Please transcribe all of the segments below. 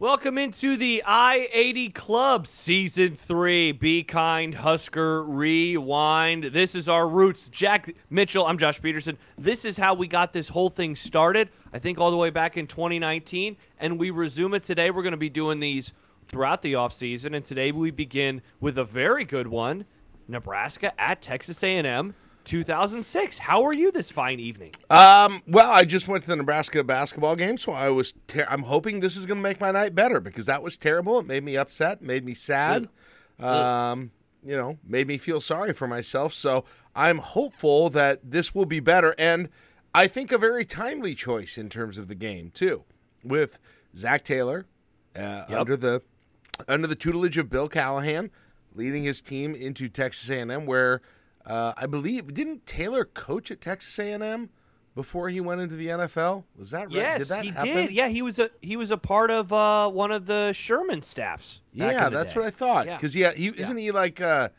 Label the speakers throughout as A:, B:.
A: Welcome into the I 80 Club Season 3 Be Kind Husker Rewind. This is our roots. Jack Mitchell, I'm Josh Peterson. This is how we got this whole thing started, I think all the way back in 2019. And we resume it today. We're going to be doing these throughout the offseason. And today we begin with a very good one Nebraska at Texas A&M. 2006. How are you this fine evening?
B: Um, well, I just went to the Nebraska basketball game, so I was. Ter- I'm hoping this is going to make my night better because that was terrible. It made me upset, made me sad. Um, you know, made me feel sorry for myself. So I'm hopeful that this will be better, and I think a very timely choice in terms of the game too, with Zach Taylor uh, under the under the tutelage of Bill Callahan, leading his team into Texas A&M, where uh, I believe didn't Taylor coach at Texas A&M before he went into the NFL? Was that right?
A: Yes,
B: did that
A: he
B: happen?
A: did. Yeah, he was a he was a part of uh, one of the Sherman staffs. back
B: Yeah,
A: in the
B: that's
A: day.
B: what I thought.
A: Yeah.
B: Because yeah, he isn't he like uh,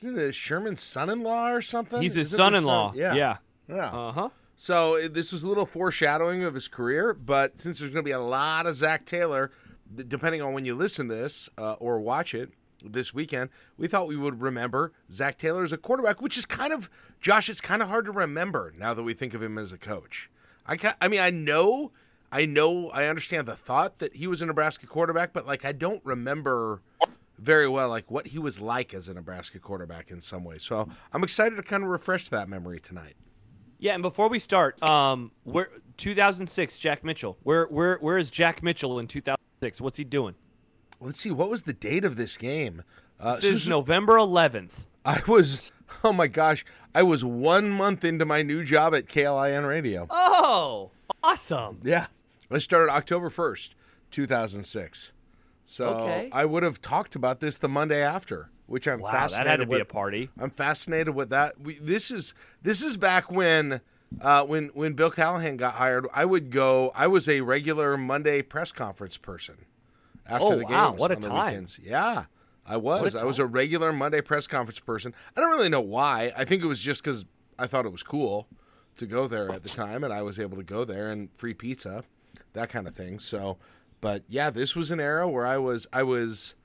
B: isn't it Sherman's son-in-law or something?
A: He's his
B: Isn't
A: son-in-law.
B: Yeah,
A: Yeah.
B: yeah.
A: Uh huh.
B: So it, this was a little foreshadowing of his career, but since there's going to be a lot of Zach Taylor, d- depending on when you listen to this uh, or watch it this weekend, we thought we would remember Zach Taylor as a quarterback, which is kind of Josh. It's kind of hard to remember now that we think of him as a coach. I ca- I mean, I know, I know, I understand the thought that he was a Nebraska quarterback, but like I don't remember very well like what he was like as a Nebraska quarterback in some way. So I'm excited to kind of refresh that memory tonight.
A: Yeah, and before we start, um, where 2006, Jack Mitchell. Where where where is Jack Mitchell in 2006? What's he doing?
B: let's see what was the date of this game uh,
A: This is
B: so-
A: November 11th.
B: i was oh my gosh i was one month into my new job at klin radio
A: Oh, awesome!
B: yeah i started october 1st 2006 so
A: Okay.
B: i would have talked about this the monday after which i'm
A: Wow,
B: fascinated
A: that had to be
B: with.
A: a party.
B: I'm fascinated with that. We, this is this is back when uh, when when Bill Callahan got hired. I would go. I was a regular Monday press conference person after
A: Oh,
B: the games.
A: wow, what a
B: on the
A: time.
B: Weekends. Yeah, I was. I was a regular Monday press conference person. I don't really know why. I think it was just because I thought it was cool to go there at the time, and I was able to go there and free pizza, that kind of thing. So, but yeah, this was an era where I was I was.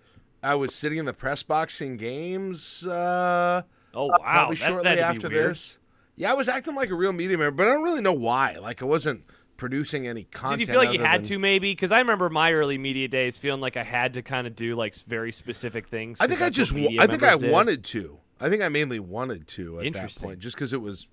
B: I was sitting in the press box in games. Uh,
A: Oh wow,
B: probably
A: that,
B: shortly
A: that'd be
B: after
A: weird.
B: this. Yeah, I was acting like a real media member, but I don't really know why. Like I wasn't producing any
A: Did
B: content.
A: you feel like you
B: other
A: had
B: than-
A: to maybe? Because I remember my early media days feeling like I had to kind of do like s- very specific things.
B: I
A: 'cause
B: think I
A: that's what
B: just. wa-
A: media
B: I think I
A: members did.
B: wanted to. I think I mainly wanted to at that
A: Interesting.
B: point, just because it was.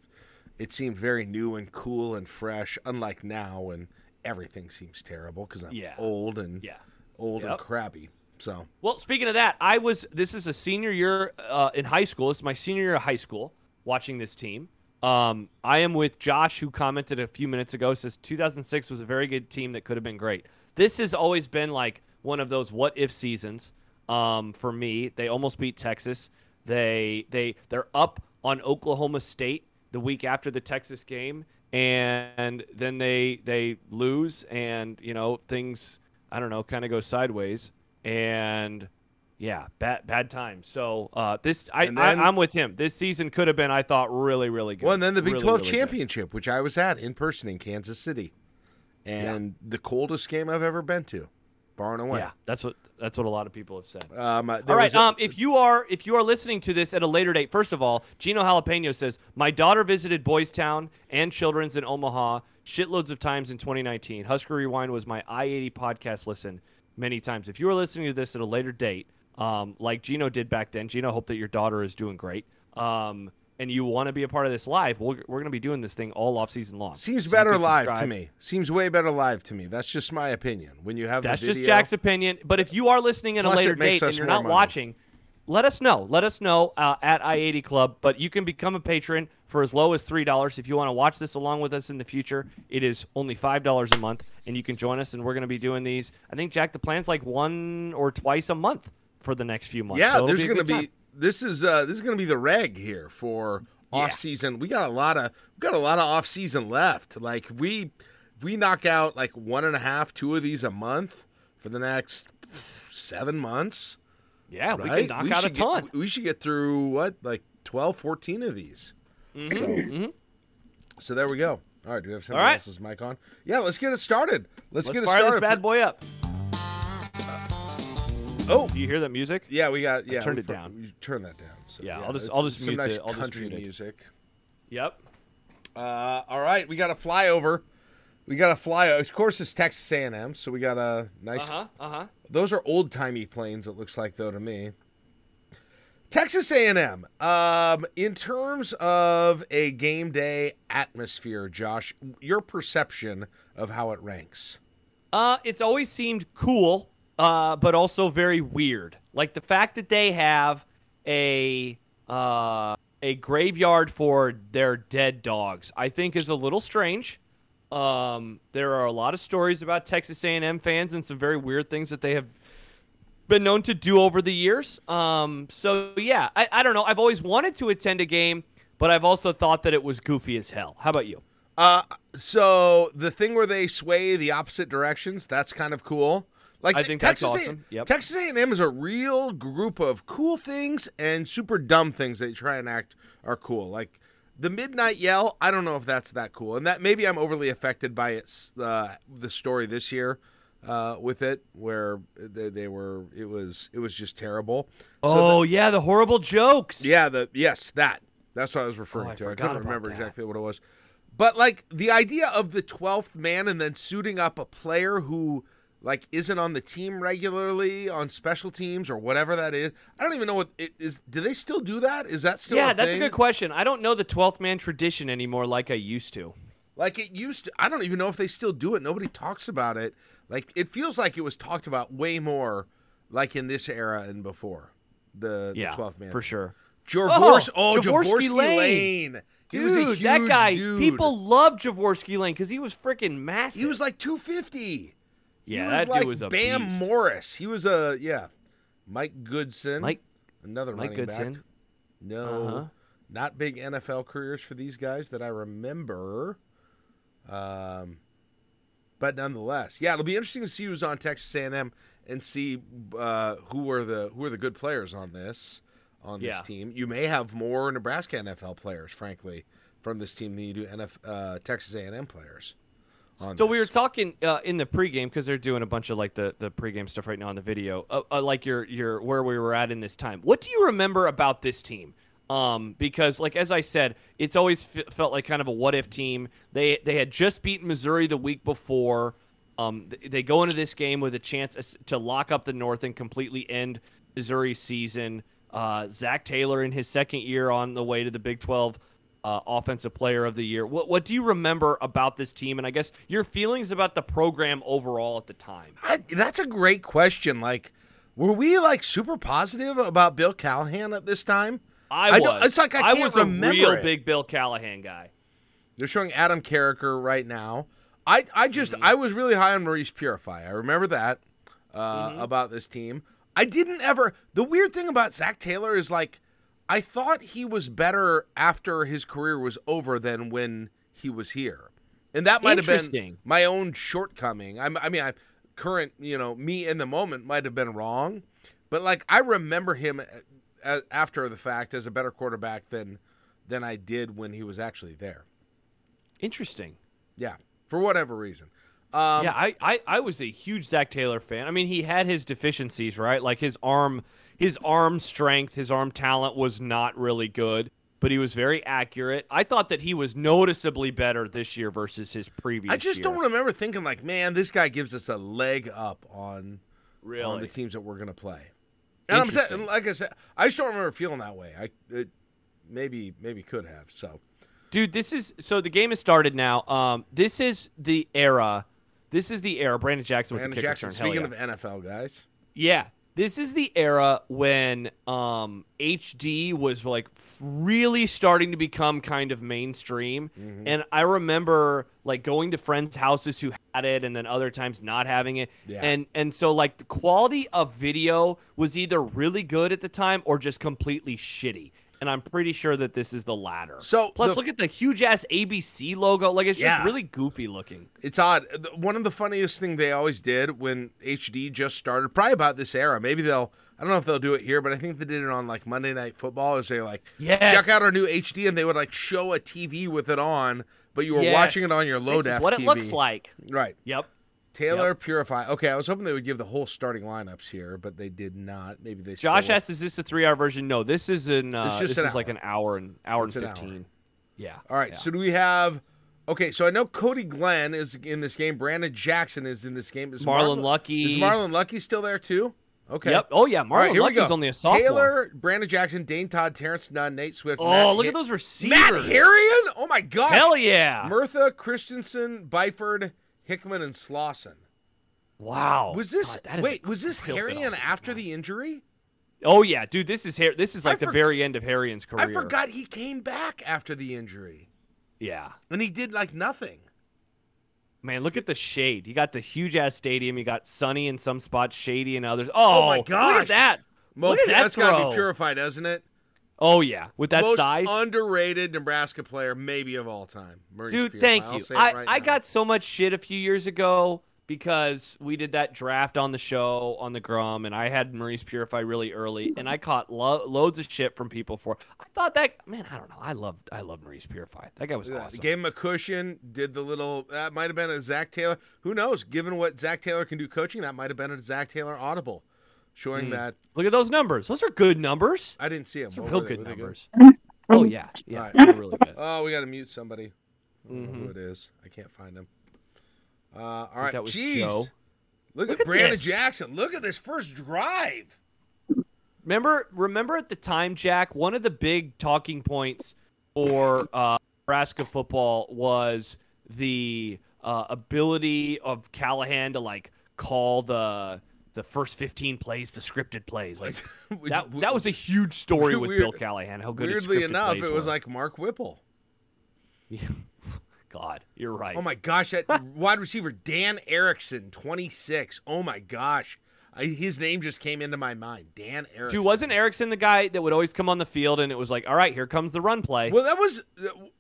B: It seemed very new and cool and fresh, unlike now when everything seems terrible because I'm
A: Yeah.
B: old and
A: Yeah.
B: old and
A: Yep.
B: crabby. So
A: Well, speaking of that, I was. This is a senior year uh, in high school. This is my senior year of high school. Watching this team, um, I am with Josh, who commented a few minutes ago. Says 2006 was a very good team that could have been great. This has always been like one of those what if seasons um, for me. They almost beat Texas. They they they're up on Oklahoma State the week after the Texas game, and then they they lose, and you know things I don't know kind of go sideways, and yeah, bad bad time. So uh, this I,
B: And then-
A: I I'm with him. This season could have been I thought really really good.
B: Well, and then the Big
A: Really,
B: 12
A: really good.
B: championship, which I was at in person in Kansas City, and the coldest game I've ever been to, bar and away.
A: Yeah, that's what that's what a lot of people have said.
B: Um, uh, there
A: All right.
B: was a-
A: um, if you are if you are listening to this at a later date, first of all, Gino Jalapeno says my daughter visited Boys Town and Children's in Omaha shitloads of times in 2019. Husker Rewind was my I-80 podcast listen many times. If you are listening to this at a later date, um, like Gino did back then, Gino, hope that your daughter is doing great. Um, and you want to be a part of this live, we're, we're going to be doing this thing all off season long.
B: seems
A: So you
B: better
A: can
B: live to
A: subscribe.
B: me. Seems way better live to me. That's just my opinion. When you have
A: That's
B: the
A: just
B: video,
A: Jack's opinion. But if you are listening at
B: Plus,
A: a later
B: it makes
A: date and
B: us
A: you're
B: more
A: not
B: money.
A: watching, let us know. Let us know uh, at I 80 Club. But you can become a patron for as low as $3 if you want to watch this along with us in the future. It is only $5 a month, and you can join us. And we're going to be doing these. I think, Jack, the plan's like one or twice a month for the next few months.
B: Yeah,
A: So it'll
B: there's
A: be a
B: gonna
A: good time.
B: be this is uh, this is gonna be the reg here for off season. We got a lot of we got a lot of off season left. Like we we knock out like one and a half, two of these a month for the next seven months.
A: Yeah, we
B: right?
A: can knock out a
B: should get-
A: ton.
B: we should get through what, like 12, 14 of these. So, so there we go. All right, do we have somebody
A: Mm-hmm, All right.
B: else's mic on? Yeah, let's get it started. Let's,
A: Let's
B: get it
A: fire
B: started.
A: this bad boy up.
B: Oh.
A: do you hear that music?
B: Yeah, we got. Yeah,
A: turned
B: we
A: it
B: pro-
A: down.
B: we turned that down. So,
A: Yeah, I'll just-
B: it's-
A: I'll just
B: it's
A: mute
B: some nice
A: the- I'll just
B: country
A: mute it.
B: music.
A: Yep.
B: Uh, all right, we got a flyover. We got a flyover. Of course, it's Texas A&M, so we got a
A: Uh
B: nice.
A: huh. Uh huh.
B: Those are old timey planes. It looks like though to me. Texas A&M. Um, in terms of a game day atmosphere, Josh, your perception of how it ranks.
A: Uh, it's always seemed cool, uh, but also very weird. Like the fact that they have a uh, a graveyard for their dead dogs, I think is a little strange. Um, there are a lot of stories about Texas A&M fans and some very weird things that they have been known to do over the years. Um, so yeah, I, I don't know. I've always wanted to attend a game, but I've also thought that it was goofy as hell. How about you?
B: Uh, so the thing where they sway the opposite directions, that's kind of cool. Like
A: I
B: th-
A: think that's
B: Texas
A: awesome.
B: A-
A: Yep.
B: Texas A&M is a real group of cool things and super dumb things they try and act are cool. Like the midnight yell, I don't know if that's that cool. And that maybe I'm overly affected by its uh, the story this year uh, with it where they, they were it was it was just terrible.
A: oh yeah, the horrible jokes.
B: Yeah, the yes, that. That's what I was referring
A: Oh, I
B: to. I
A: forgot
B: couldn't
A: about
B: remember
A: that.
B: exactly what it was. But like the idea of the 12th man and then suiting up a player who like isn't on the team regularly on special teams or whatever that is. I don't even know what it is. Do they still do that? Is that still
A: yeah,
B: a
A: that's
B: thing?
A: a good question. I don't know the 12th man tradition anymore like I used to.
B: Like it used to, I don't even know if they still do it. Nobody talks about it. Like it feels like it was talked about way more like in this era and before. The,
A: Yeah,
B: the 12th man.
A: for sure.
B: Javorsk, oh,
A: Oh,
B: Javorski,
A: Jaworski
B: Lane.
A: Lane.
B: He was a
A: Dude, that
B: huge
A: guy,
B: dude.
A: people loved Jaworski Lane because he was freaking massive.
B: He was like 250.
A: yeah,
B: he was
A: that
B: like
A: dude was a
B: Bam
A: beast.
B: Morris. He was a yeah. Mike Goodson.
A: Mike,
B: another
A: Mike
B: running
A: Goodson.
B: back. No,
A: Uh-huh.
B: not big NFL careers for these guys that I remember. Um, but nonetheless, yeah, it'll be interesting to see who's on Texas A&M and see uh, who are the who are the good players on this on this
A: Yeah.
B: team. You may have more Nebraska NFL players, frankly, from this team than you do NF, uh, Texas A&M players. on
A: So we
B: this.
A: were talking uh, in the pregame because they're doing a bunch of like the, the pregame stuff right now on the video, uh, uh, like your your where we were at in this time. What do you remember about this team? Um, because like as I said, it's always f- felt like kind of a what if team. They they had just beaten Missouri the week before. Um, th- they go into this game with a chance as- to lock up the North and completely end Missouri's season. Uh, Zach Taylor in his second year on the way to the Big Twelve uh, offensive player of the year. What what do you remember about this team, and I guess your feelings about the program overall at the time?
B: I, that's a great question. Like, were we like super positive about Bill Callahan at this time?
A: I,
B: I
A: was.
B: don't- it's like I can't
A: was
B: remember
A: a real
B: it.
A: big Bill Callahan guy.
B: They're showing Adam Carricker right now. I I just I was really high on Maurice Purify. I remember that uh, about this team. I didn't ever. The weird thing about Zach Taylor is like, I thought he was better after his career was over than when he was here, and that might have been
A: Interesting.
B: my own shortcoming. I'm, I mean, I current you know me in the moment might have been wrong, but like I remember him a, a, after the fact as a better quarterback than than I did when he was actually there.
A: Interesting.
B: Yeah, for whatever reason. Um,
A: yeah, I, I I was a huge Zach Taylor fan. I mean, he had his deficiencies, right? Like his arm, his arm strength, his arm talent was not really good, but he was very accurate. I thought that he was noticeably better this year versus his previous.
B: I just
A: year.
B: don't remember thinking like, man, this guy gives us a leg up on on
A: really.
B: the teams that we're gonna play. And I'm saying,
A: Interesting.
B: like I said, I just don't remember feeling that way. I it, maybe maybe could have. So
A: dude this is so the game has started now um this is the era this is the era brandon jackson with
B: Brandon
A: the kick
B: Jackson.
A: return Hell
B: Speaking
A: yeah.
B: of NFL guys,
A: yeah this is the era when um hd was like f- really starting to become kind of mainstream
B: Mm-hmm.
A: and i remember like going to friends houses who had it and then other times not having it
B: Yeah.
A: and and so like the quality of video was either really good at the time or just completely shitty and I'm pretty sure that this is the latter.
B: So,
A: plus,
B: the-
A: look at the huge ass ABC logo. Like it's
B: Yeah.
A: just really goofy looking.
B: it's odd. The- One of the funniest thing they always did when HD just started, probably about this era. Maybe they'll. I don't know if they'll do it here, but I think they did it on like Monday Night Football. Is they like,
A: Yes.
B: check out our new HD, and they would like show a TV with it on, but you were watching it on your low
A: This
B: def.
A: is what
B: TV.
A: it looks like.
B: Right.
A: Yep.
B: Taylor Purify. Okay, I was hoping they would give the whole starting lineups here, but they did not. Maybe they.
A: Josh
B: still,
A: asked, "Is this a three-hour version?" No, this is an. Uh,
B: just
A: this
B: an
A: is like
B: hour.
A: an hour and hour
B: It's an
A: and
B: hour.
A: fifteen. Yeah.
B: All right.
A: yeah.
B: So do we have? Okay, so I know Cody Glenn is in this game. Brandon Jackson is in this game. Is
A: Marlon
B: Marlon-
A: Lucky.
B: Is Marlon Lucky still there too? Okay.
A: Yep. Oh yeah,
B: All right,
A: Marlon
B: here we
A: Lucky's
B: go.
A: only a sophomore.
B: Taylor, Brandon Jackson, Dane Todd, Terrence Nunn, Nate Swift.
A: oh,
B: Matt
A: look
B: Hi-
A: at those receivers.
B: Matt Harrion. Oh my gosh.
A: Hell yeah!
B: Mirtha, Christensen, Byford, Hickman, and Slauson.
A: Wow.
B: Was
A: Oh,
B: this
A: God, that is
B: wait? Was this
A: real good
B: Harrion
A: offense,
B: after
A: man.
B: the injury?
A: Oh yeah, dude. This is Har- This is
B: I
A: like the
B: forg-
A: very end of Harrian's career.
B: I forgot he came back after the injury,
A: Yeah.
B: and he did like nothing.
A: Man, look at the shade. You got the huge ass stadium. You got sunny in some spots, shady in others. Oh,
B: my
A: Look
B: gosh.
A: at that.
B: Mo,
A: look at that
B: has gotta
A: throw.
B: be purified, doesn't it?
A: Oh yeah, with that
B: Most
A: size.
B: underrated Nebraska player, maybe of all time. Murray
A: Dude,
B: Purified.
A: thank
B: I'll
A: you.
B: say it
A: I,
B: right
A: I
B: now.
A: got so much shit a few years ago because we did that draft on the show on the Grum, and I had Maurice Purify really early, and I caught lo- loads of shit from people for. I thought that man, I don't know. I loved I loved Maurice Purify. That guy was
B: Yeah,
A: awesome.
B: Gave him a cushion. Did the little that might have been a Zach Taylor. Who knows? Given what Zach Taylor can do coaching, that might have been a Zach Taylor audible, showing
A: Hmm.
B: that
A: Look at those numbers. Those are good numbers.
B: I didn't see him.
A: Those are
B: What
A: real
B: were they?
A: good
B: Were they
A: numbers. Oh yeah, yeah,
B: All right.
A: they're really good.
B: Oh, we got to mute somebody. I don't know who it is? I can't find him. Uh, all right,
A: Mm-hmm. that was
B: jeez.
A: Joe.
B: Look,
A: Look
B: at,
A: at
B: Brandon
A: this.
B: Jackson. Look at this first drive.
A: Remember, remember at the time, Jack. One of the big talking points for uh, Nebraska football was the uh, ability of Callahan to like call the the first fifteen plays, the scripted plays. Like
B: Which-
A: that, that was a huge story with Bill
B: Weird-
A: Callahan. How good his
B: weirdly
A: scripted
B: enough,
A: plays
B: it was
A: were.
B: like Mark Whipple.
A: God, you're right.
B: Oh my gosh, that wide receiver Dan Erickson, 26. Oh my gosh, I, his name just came into my mind. Dan Erickson.
A: Dude, wasn't Erickson the guy that would always come on the field and it was like, all right, here comes the run play.
B: Well, that was.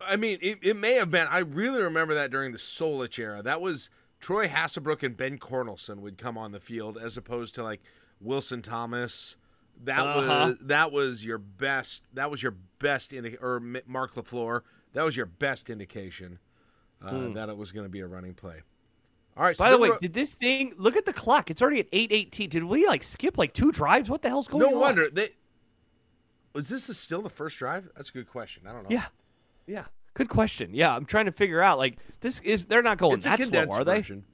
B: I mean, it, it may have been. I really remember that during the Solich era. That was Troy Hasselbrook and Ben Cornelson would come on the field as opposed to like Wilson Thomas. That
A: Uh-huh.
B: was that was your best. That was your best indi- or M- Mark Lafleur. That was your best indication uh, that it was going to be a running play. All right. so
A: Hmm. By the
B: then
A: way,
B: we're-
A: did this thing look at the clock? It's already at eight eighteen. Did we like skip like two drives? What the hell's going
B: no
A: on?
B: wonder they. Was this the- still the first drive? That's a good question. I don't know.
A: Yeah, yeah. Good question. Yeah, I'm trying to figure out. Like this is they're not going
B: it's a
A: that slow,
B: condensed
A: are they?
B: version.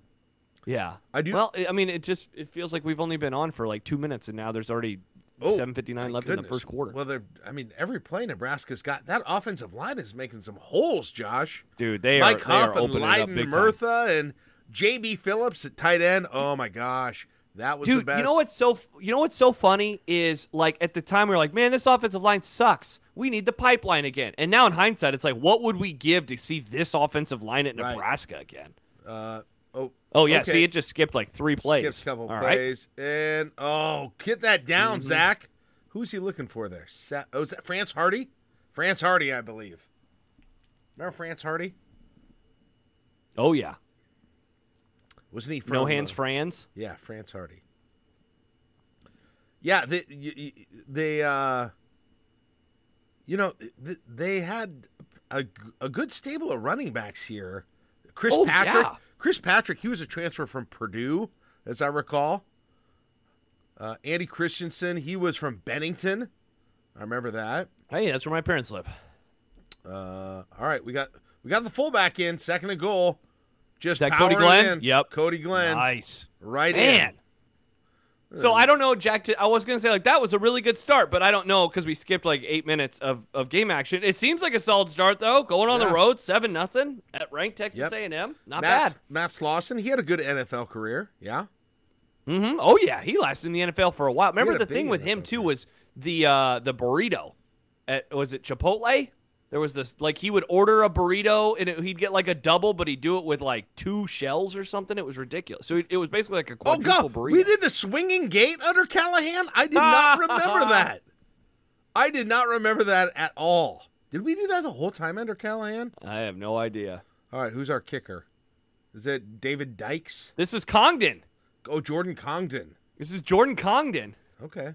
A: Yeah.
B: I do-
A: Well, I I mean, it just it feels like we've only been on for like two minutes, and now there's already
B: Oh,
A: 7:59 left in the
B: Goodness.
A: first quarter.
B: Well, they're, I mean, every play Nebraska's got that offensive line is making some holes, Josh.
A: Dude, they
B: Mike
A: are
B: Huff
A: they are
B: and
A: opening up
B: Leiden
A: big time.
B: Murtha and JB Phillips at tight end. Oh my gosh, that was the
A: Dude,
B: best.
A: you know what's so f- you know what's so funny is like at the time we were like, man, this offensive line sucks. We need the pipeline again. And now in hindsight, it's like, what would we give to see this offensive line at
B: Right.
A: Nebraska again?
B: Uh, oh,
A: Oh yeah,
B: okay.
A: see, it just skipped like three plays.
B: Skips a couple
A: All right. Mm-hmm.
B: plays and oh, get that down, Zach. Who's he looking for there? Sa- oh, is that France Hardy? France Hardy, I believe. Remember France Hardy?
A: Oh yeah,
B: Wasn't he from
A: no hands,
B: uh,
A: Franz.
B: Yeah, France Hardy. Yeah, they, y- y- they uh, you know, th- they had a, g- a good stable of running backs here. Chris
A: Oh,
B: Patrick.
A: yeah.
B: Chris Patrick, he was a transfer from Purdue, as I recall. Uh, Andy Christensen, he was from Bennington. I remember that.
A: Hey, that's where my parents live.
B: Uh, all right, we got we got the fullback in second and goal. Just
A: that Cody
B: powering it
A: Glenn?
B: In.
A: Yep.
B: Cody Glenn.
A: Nice.
B: Right in.
A: Man. So I don't know, Jack. I was gonna say like that was a really good start, but I don't know because we skipped like eight minutes of, of game action. It seems like a solid start though. Going on
B: Yeah.
A: the road, seven nothing at ranked Texas
B: Yep.
A: A&M. Not
B: Matt,
A: bad.
B: Matt Slauson, he had a good NFL career. Yeah.
A: hmm Oh yeah, he lasted in the NFL for a while. Remember
B: had a
A: the thing
B: big
A: with him
B: NFL
A: too was the uh, the burrito. At, was it Chipotle? There was this like he would order a burrito and it, he'd get like a double, but he'd do it with like two shells or something. It was ridiculous. So it, it was basically like a
B: Oh,
A: quadruple
B: God.
A: burrito.
B: We did the swinging gate under Callahan? I did not remember that. I did not remember that at all. Did we do that the whole time under Callahan?
A: I have no idea.
B: All right, who's our kicker? Is it David Dykes?
A: This is Congdon.
B: Oh, Jordan Congdon.
A: This is Jordan Congdon.
B: Okay.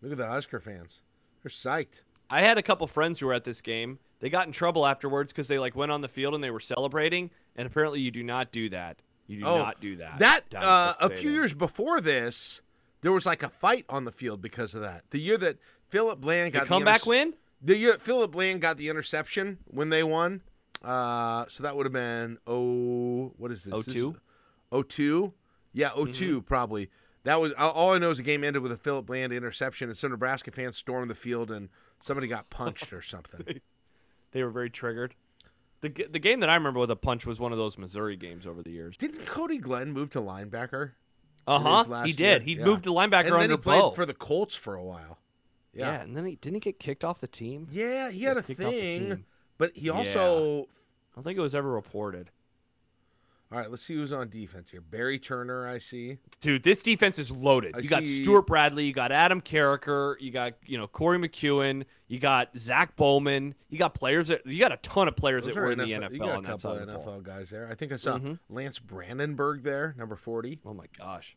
B: Look at the Husker fans. They're psyched.
A: I had a couple friends who were at this game. They got in trouble afterwards because they like went on the field and they were celebrating. And apparently, you do not do that You do
B: Oh,
A: not do that.
B: That
A: down at
B: uh, a
A: Stadium.
B: few years before this, there was like a fight on the field because of that. The year that Philip Bland got the
A: comeback
B: interc-
A: win.
B: The year that Philip Bland got the interception when they won. Uh, so that would have been oh what is
A: 02?
B: this? This is- 02? Yeah, 2
A: Mm-hmm.
B: probably. That was all- all I know is the game ended with a Philip Bland interception and some Nebraska fans stormed the field and somebody got punched or something.
A: They were very triggered. The, g- the game that I remember with a punch was one of those Missouri games over the years.
B: Didn't Cody Glenn move to linebacker?
A: Uh
B: his
A: huh.
B: last
A: He did.
B: year,
A: He
B: yeah.
A: moved to linebacker
B: and then
A: under
B: he played
A: Bo.
B: for the Colts for a while.
A: yeah.
B: Yeah.
A: and then he didn't he get kicked off the team.
B: Yeah, he had a
A: kicked off the
B: thing,
A: team.
B: but he also
A: I don't think it was ever reported.
B: All right, let's see who's on defense here. Barry Turner, I see.
A: Dude, this defense is loaded.
B: I
A: you got
B: see-
A: Stuart Bradley, you got Adam Carricker, you got you know Corey McEwen, you got Zach Bowman, you got players that you got a ton of players
B: Those
A: that
B: are
A: were in
B: NFL
A: the NFL
B: You got a
A: on that
B: couple
A: side of
B: of
A: the ball.
B: NFL guys there. I think I saw
A: Mhm.
B: Lance Brandenburg there, number 40.
A: Oh my gosh,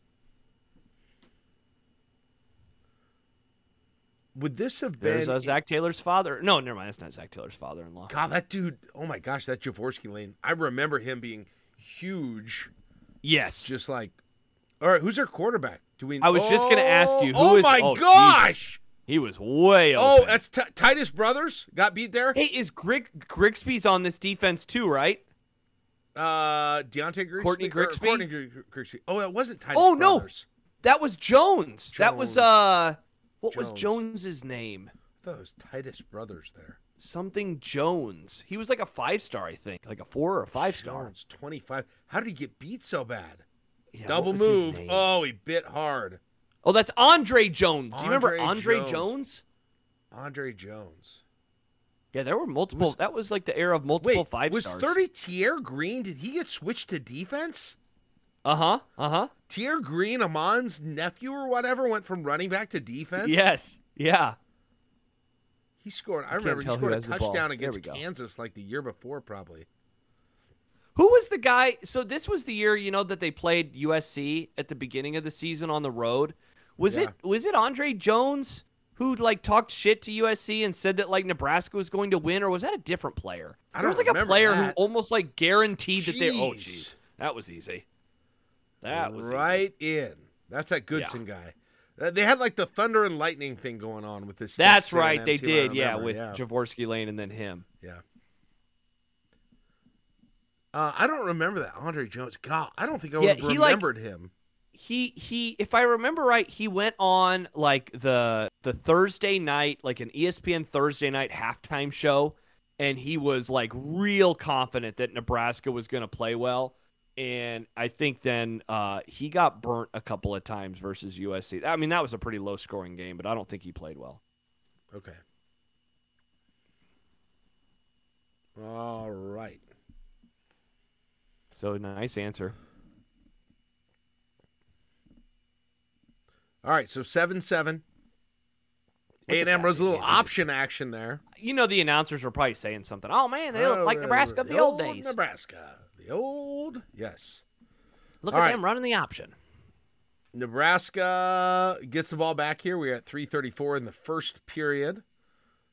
B: Would this have
A: there's
B: been
A: uh, Zach Taylor's father. No, never mind. That's not Zach Taylor's father-in-law.
B: God, that dude. Oh my gosh, that Javorski lane. I remember him being huge.
A: Yes,
B: Just like, all right, who's their quarterback? Do we?
A: I was just gonna ask you,
B: Oh
A: who is-
B: my
A: oh, Jesus.
B: gosh!
A: he was way.
B: Oh,
A: open.
B: that's Ti- Titus Brothers got beat there.
A: Hey, is Grig Grigsby's on this defense too, right?
B: Uh, Deontay Grigsby.
A: Courtney
B: or
A: Grigsby?
B: Courtney Gr- Grigsby. Oh, that wasn't Titus.
A: Oh, no.
B: Brothers.
A: That was Jones. That was
B: Jones.
A: uh what
B: Jones.
A: was Jones's name?
B: I thought it was Titus Brothers there.
A: Something Jones. He was like a five star, I think. Like a four or a five star.
B: Jones, 25. How did he get beat so bad?
A: Yeah, what
B: Double
A: was his
B: move.
A: name?
B: Oh, he bit hard.
A: oh, that's Andre Jones. Do you remember Andre
B: Andre Jones.
A: Jones?
B: Andre Jones.
A: Yeah, there were multiple that was like the era of multiple
B: Wait,
A: five
B: was
A: stars.
B: 30 Tier Green? Did he get switched to defense?
A: Uh huh. Uh huh.
B: Tier Green, Amon's nephew or whatever, went from running back to defense.
A: Yes. Yeah.
B: He scored. I, remember he
A: tell who
B: scored a
A: has the ball.
B: touchdown
A: There
B: against
A: we go.
B: Kansas like the year before, probably.
A: Who was the guy? So this was the year, you know, that they played USC at the beginning of the season on the road. Was
B: Yeah.
A: it was it Andre Jones who like talked shit to USC and said that like Nebraska was going to win, or was that a different player?
B: I
A: there was
B: don't
A: like a
B: remember
A: player
B: that.
A: who almost like guaranteed that they. Oh,
B: Jeez.
A: jeez, that was easy. That was Easy.
B: right in. That's that Goodson guy. Uh, They had like the thunder and lightning thing going on with this.
A: That's
B: against
A: right,
B: A&M
A: they
B: team, I
A: did. Yeah,
B: remember,
A: with
B: yeah.
A: Javorsky Lane and then him.
B: Yeah. Uh, I don't remember that Andre Jones. God, I don't think I would
A: Yeah,
B: have
A: he, like-
B: remembered him.
A: he he if i remember right he went on like the the thursday night like an E espn thursday night halftime show and he was like real confident that nebraska was going to play well and i think then uh he got burnt a couple of times versus usc i mean that was a pretty low scoring game but i don't think he played well
B: Okay. All right.
A: so nice answer
B: All right. So seven seven. A
A: at
B: and M
A: that,
B: was a little
A: man, they just-
B: option action there.
A: you know the announcers were probably saying something oh man they look like
B: Oh,
A: nebraska of the old days
B: Nebraska, the old yes.
A: look
B: All
A: at
B: right.
A: them running the option
B: Nebraska gets the ball back here. We're at three thirty four in the first period.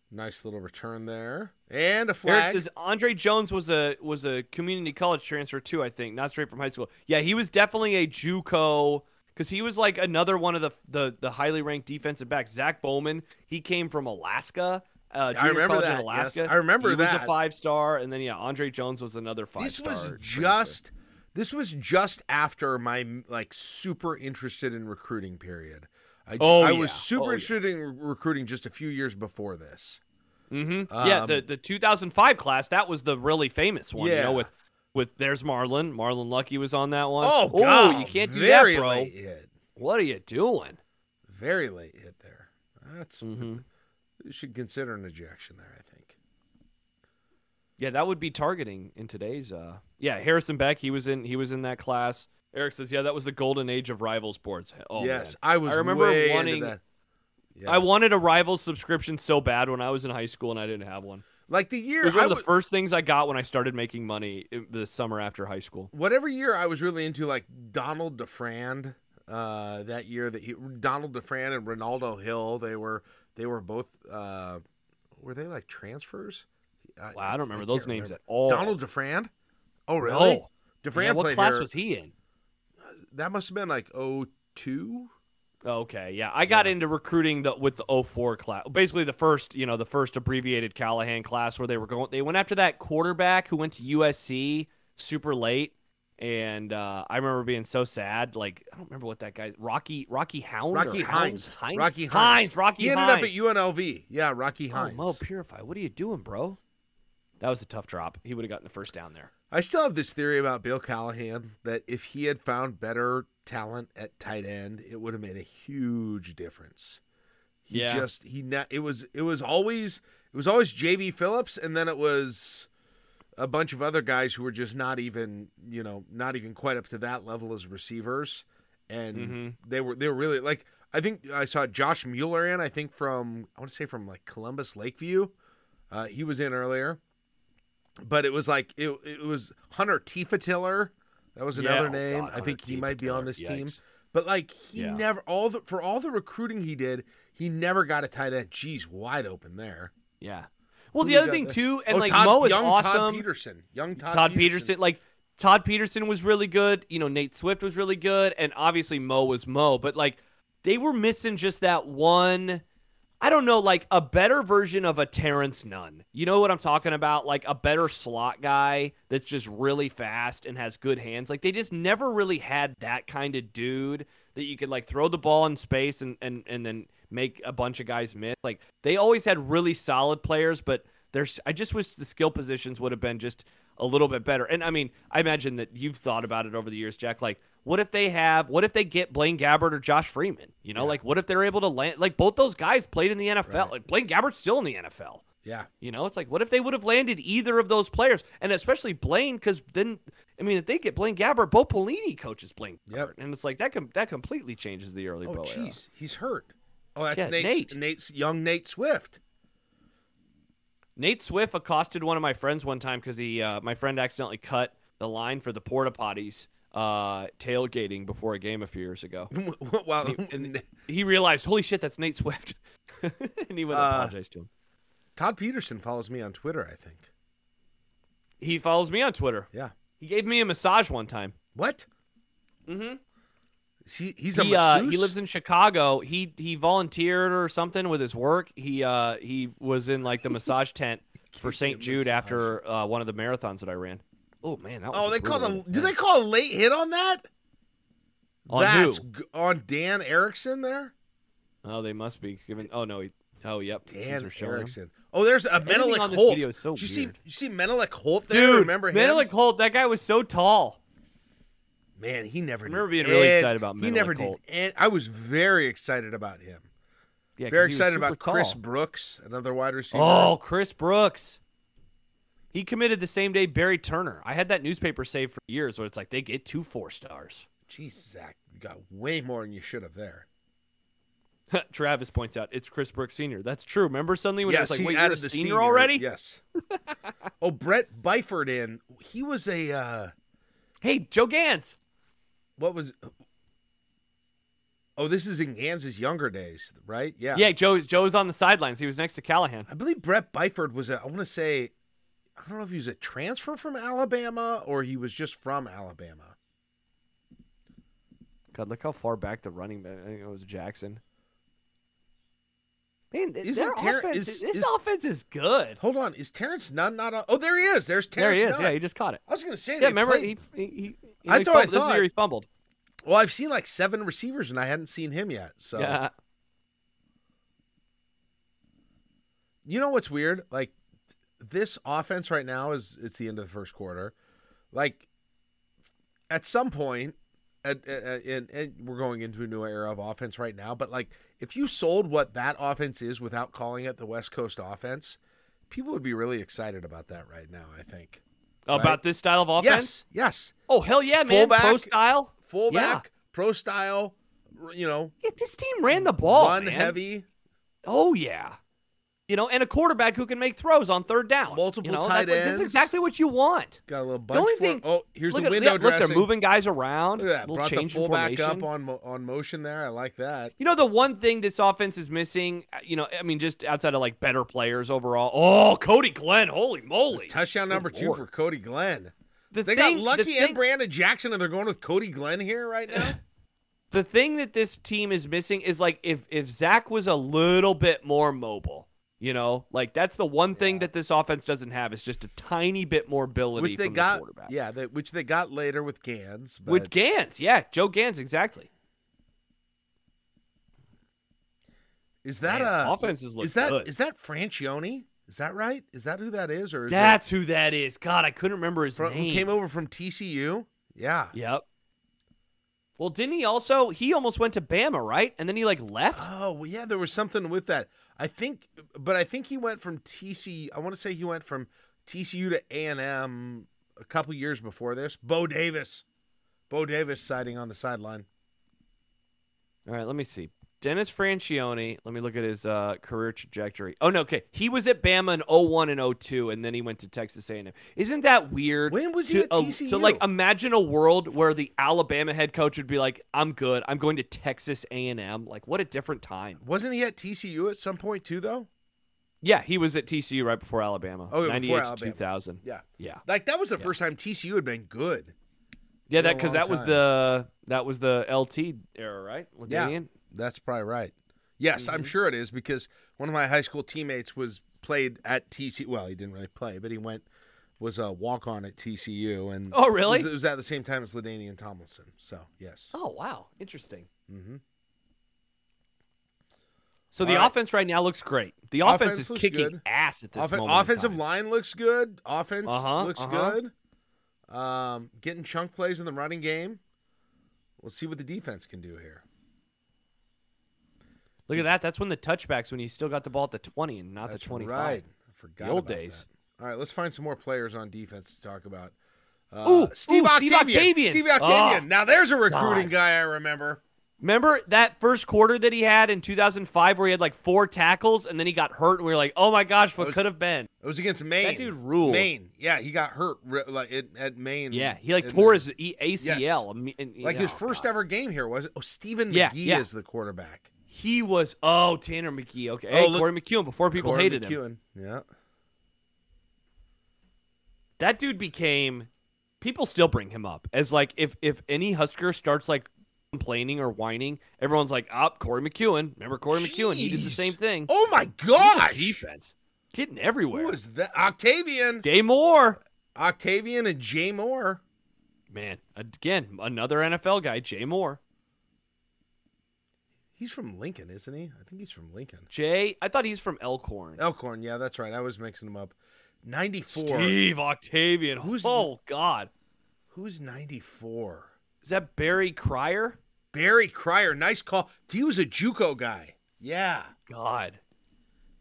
B: Nice little return there and a
A: Eric
B: flag.
A: says Andre Jones was a was a community college transfer too. I think not straight from high school. Yeah, he was definitely a JUCO because he was like another one of the the, the highly ranked defensive backs. Zach Bowman, he came from Alaska. Uh, junior
B: remember
A: college
B: that,
A: In Alaska.
B: yes. I remember
A: he was
B: that.
A: a five star, and then yeah, Andre Jones was another five
B: this
A: star.
B: was just this was just after my like super interested in recruiting period. I,
A: Oh,
B: I
A: yeah.
B: was super
A: Oh, yeah.
B: interested in re- recruiting just a few years before this.
A: Mm-hmm. yeah, the the 2005 class that was the really famous one. You
B: um, Yeah.
A: know, with with there's Marlon. Marlon Lucky was on that one.
B: Oh,
A: oh
B: God,
A: you can't do
B: very
A: that, bro.
B: Late hit.
A: What are you doing?
B: Very late hit there. That's
A: Mm-hmm.
B: you should consider an ejection there. I think.
A: Yeah, that would be targeting in today's. Uh, yeah, Harrison Beck. He was in. He was in that class. Eric says, "Yeah, that was the golden age of rivals boards." Oh,
B: yes,
A: man.
B: I was.
A: I remember
B: way into
A: wanting.
B: that. Yeah.
A: I wanted a rivals subscription so bad when I was in high school and I didn't have one.
B: like the
A: It
B: year.
A: was one
B: I
A: of the
B: wa-
A: first things I got when I started making money i- the summer after high school.
B: whatever year I was really into, like Donald DeFrand. Uh, that year that he, Donald DeFrand and Ronaldo Hill, they were they were both uh, were they like transfers?
A: Wow, I don't remember
B: can't
A: those names
B: remember.
A: at all.
B: Donald DeFrand. Oh really?
A: No.
B: DeFran
A: what
B: played
A: class
B: here.
A: was he in?
B: that must have been like 02.
A: Okay, yeah, I got into recruiting the with the 04 class. Basically, the first, you know, the first abbreviated Callahan class where they were going. They went after that quarterback who went to USC super late, and uh, I remember being so sad. Like I don't remember what that guy Rocky Rocky Hound
B: Rocky
A: or Hounds-
B: Hines.
A: Hines
B: Rocky
A: Hines Rocky
B: He ended
A: Hines.
B: up at UNLV. Yeah, Rocky
A: Oh,
B: Hines.
A: Mo Purify, what are you doing, bro? That was a tough drop. He would have gotten the first down there.
B: I still have this theory about Bill Callahan that if he had found better talent at tight end, it would have made a huge difference. He
A: Yeah.
B: just he ne- it was it was always it was always JB Phillips and then it was a bunch of other guys who were just not even, you know, not even quite up to that level as receivers and
A: Mm-hmm.
B: they were they were really like I think I saw Josh Mueller in I think from I want to say from like Columbus Lakeview. Uh, he was in earlier but it was like it, it was Hunter Tiefatiller. That was
A: Yeah.
B: another
A: Oh,
B: name.
A: God,
B: I think
A: Hunter
B: he might be on
A: Tiefatiller.
B: this team.
A: Yikes.
B: But like he
A: Yeah.
B: never all the for all the recruiting he did, he never got a tight end. Jeez, wide open there.
A: Yeah. Well,
B: Who
A: the
B: do you
A: other
B: got
A: thing
B: there?
A: too, and
B: Oh,
A: like
B: Todd,
A: Mo is
B: young Todd
A: awesome.
B: Peterson, young Todd,
A: Todd Peterson, like Todd Peterson was really good. You know, Nate Swift was really good, and obviously Mo was Mo. But like, they were missing just that one. I don't know, like a better version of a Terrence Nunn. You know what I'm talking about? Like a better slot guy that's just really fast and has good hands. Like they just never really had that kind of dude that you could like throw the ball in space and and and then make a bunch of guys miss. Like they always had really solid players, but there's I just wish the skill positions would have been just a little bit better. And I mean, I imagine that you've thought about it over the years, Jack. Like, what if they have? What if they get Blaine Gabbert or Josh Freeman? You know, like what if they're able to land? Like both those guys played in the NFL. Like Blaine Gabbert's still in the NFL.
B: Yeah,
A: You know, it's like what if they would have landed either of those players, and especially Blaine, because then I mean, if they get Blaine Gabbert, Bo Pelini coaches Blaine Gabbert,
B: Yep.
A: and it's like that com- that completely changes the early
B: Oh
A: Bo era.
B: jeez, he's hurt. Oh, that's
A: Yeah,
B: Nate's,
A: Nate.
B: Nate's young Nate Swift.
A: Nate Swift accosted one of my friends one time because he, uh, my friend, accidentally cut the line for the porta potties uh, tailgating before a game a few years ago.
B: well,
A: He realized, holy shit, that's Nate Swift, and he went and
B: Uh,
A: apologized to him.
B: Todd Peterson follows me on Twitter. I think.
A: He follows me on Twitter.
B: Yeah.
A: He gave me a massage one time.
B: What? Mm-hmm. He, he's a
A: he, uh,
B: masseuse?
A: he lives in Chicago. He he volunteered or something with his work. He uh, he was in like the massage tent for St. Jude after uh, one of the marathons that I ran. Oh man, that was
B: Oh,
A: a
B: they called
A: brutal
B: a.
A: one.
B: Do they call a late hit on that?
A: On
B: That's
A: who?
B: g- on Dan Erickson there.
A: Oh, they must be giving. Oh no, he, oh yep, since
B: Dan
A: they're showing him.
B: Erickson. Oh, there's a
A: Everything
B: Menelik
A: on this
B: Holt.
A: video is so
B: Did you see?
A: weird.
B: You see Menelik Holt there?
A: Dude,
B: remember him?
A: Menelik Holt, that guy was so tall.
B: Man, he never.
A: remember
B: did
A: being really
B: an-
A: excited about
B: He
A: Menelik
B: never
A: Holt.
B: did. And I was very excited about him.
A: Yeah, 'cause
B: Very
A: he was
B: excited
A: super
B: about Chris
A: tall.
B: Brooks, another wide receiver.
A: Oh, Chris Brooks. He committed the same day Barry Turner. I had that newspaper saved for years where it's like they get two four stars.
B: jeez, Zach, you got way more than you should have there.
A: Travis points out it's Chris Brooks Senior. That's true. Remember suddenly when it
B: yes,
A: was like,
B: he
A: wait, you're
B: added
A: a
B: the
A: senior, already?
B: Yes. oh, Brett Byford in. He was a. Uh,
A: Hey, Joe Gans.
B: what was oh this is in Gans's younger days right yeah
A: Yeah, Joe Joe's on the sidelines. He was next to Callahan.
B: i believe brett byford was a i want to say i don't know if he was a transfer from alabama or he was just from alabama
A: God, look how far back the running back. I think it was Jackson. Man, th-
B: Isn't
A: their
B: Ter-
A: offense,
B: is-
A: this
B: is-
A: offense is good.
B: hold on is terrence nunn not on oh there he is there's
A: There
B: terrence
A: he is.
B: nunn
A: Yeah, he just caught it.
B: i was gonna say
A: yeah,
B: they
A: remember
B: played-
A: he, he, he, he
B: I
A: he
B: thought- I
A: fumbled. this is the year
B: thought-
A: he fumbled.
B: well i've seen like seven receivers and i hadn't seen him yet so
A: Yeah.
B: you know what's weird? Like this offense right now is it's the end of the first quarter. Like at some point, at, at, at- and, and we're going into a new era of offense right now. But like if you sold what that offense is without calling it the West Coast offense, people would be really excited about that right now. I think.
A: About this style of offense?
B: Yes. Yes.
A: Oh, hell yeah, man.
B: Fullback,
A: Pro style.
B: Fullback, pro style. r- You know,
A: Yeah. yeah, this team ran the ball.
B: run
A: man.
B: heavy,
A: Oh, yeah. You know, and a quarterback who can make throws on third down.
B: Multiple
A: you know,
B: tight
A: that's like- This
B: ends.
A: is exactly what you want.
B: got a little
A: The
B: bunch.
A: only
B: for-
A: thing,
B: oh, here's
A: look
B: the
A: at-
B: window
A: look,
B: dressing.
A: Look, they're moving guys around.
B: Look at that.
A: Little
B: Brought the
A: change in
B: fullback
A: formation.
B: up on mo- on motion there. I like that.
A: You know, the one thing this offense is missing, uh, you know, I mean, just outside of like better players overall. Oh, Cody Glenn, holy moly.
B: Touchdown number
A: Good
B: two
A: Lord.
B: for Cody Glenn.
A: the
B: They
A: thing,
B: got
A: the
B: Lucky
A: thing-
B: and Brandon Jackson, and they're going with Cody Glenn here right now.
A: the thing that this team is missing is like if if Zach was a little bit more mobile, you know, like that's the one thing that this offense doesn't have is just a tiny bit more ability
B: which they
A: from the
B: got,
A: quarterback.
B: yeah, they, which they got later with Gans. But
A: with Gans, yeah, Joe Gans, exactly.
B: is that
A: Man,
B: a
A: offenses look
B: Is that is
A: good.
B: that Francione? Is that right? Is that who that is, or is that
A: That's who that is. God, I couldn't remember his
B: from, who
A: name.
B: came over from TCU? Yeah.
A: Yep. Well, didn't he also? He almost went to Bama, right? And then he like left.
B: Oh well, yeah, there was something with that. I think, but I think he went from TC. I want to say he went from TCU to A and M a couple years before this. Bo Davis, Bo Davis sighting on the sideline.
A: All right, let me see. Dennis Francione. Let me look at his uh, career trajectory. Oh no, okay. He was at Bama in 01 and 02, and then he went to Texas A&M. Isn't that weird?
B: When was he
A: to,
B: at
A: uh,
B: TCU?
A: to like imagine a world where the Alabama head coach would be like, "I'm good. I'm going to Texas A&M." Like, what a different time.
B: Wasn't he at TCU at some point too, though?
A: Yeah, he was at TCU right before Alabama.
B: Oh, yeah,
A: 98
B: before
A: to
B: Alabama.
A: 2000.
B: Yeah,
A: Yeah.
B: like that was the first time TCU had been good.
A: Yeah,
B: been a
A: that because
B: long
A: that was
B: time.
A: the that was the LT era, right? Ladanian?
B: That's probably right. Yes, I'm sure it is because one of my high school teammates was played at TCU. Well, he didn't really play, but he went was a walk on at TCU, and
A: Oh, really?
B: It was, it was at the same time as Ladainian Tomlinson. So yes,
A: Oh wow, interesting.
B: Mhm.
A: So
B: All
A: the
B: right.
A: offense right now looks great. The
B: Offense
A: offense, is
B: looks
A: kicking
B: good.
A: ass at this
B: Offen-
A: moment. in
B: offensive
A: time.
B: line looks good. Offense
A: Uh-huh,
B: looks
A: uh-huh.
B: good. Um, getting chunk plays in the running game. Let's see what the defense can do here.
A: Look at that. That's when the touchbacks when you still got the ball at the twenty and not
B: That's
A: the twenty-five.
B: Right. I forgot
A: The old
B: about
A: days.
B: that. All right, let's find some more players on defense to talk about. Uh,
A: Ooh,
B: Steve,
A: ooh, Steve
B: Octavian.
A: Octavian.
B: Steve Octavian.
A: Ah,
B: now there's a recruiting
A: God.
B: guy I remember.
A: Remember that first quarter that he had in 2005 where he had like four tackles and then he got hurt and we were like, oh my gosh, what
B: was-
A: could have been?
B: It was against Maine.
A: dude ruled.
B: Maine. Yeah, he got hurt re- like it, at Maine.
A: Yeah, he like
B: And
A: tore
B: then-
A: his E- ACL. imme- and-
B: like his
A: oh,
B: first
A: God.
B: ever game here was it? Oh, Stephen
A: Yeah,
B: McGee
A: yeah.
B: is the quarterback.
A: He was oh Tanner McKee. Okay, hey,
B: look-
A: Corey McEwen before people
B: Corey
A: hated him.
B: McEwen. Yeah.
A: that dude became people still bring him up as like if if any husker starts like complaining or whining everyone's like up corey mcewen remember corey mcewen he did the
B: Jeez.
A: same thing
B: Oh my
A: Look at
B: gosh.
A: the defense getting everywhere
B: Who is that? Octavian.
A: day moore
B: Octavian and Jay Moore.
A: man again another nfl guy jay moore
B: He's from Lincoln, isn't he? I think he's from Lincoln.
A: jay i thought he's from elkhorn
B: Elkhorn, yeah, that's right. I was mixing them up. 94.
A: steve octavian
B: Who's-
A: oh god
B: Who's 94?
A: is that barry crier
B: Barry Cryer, nice call. He was a JUCO guy. Yeah.
A: god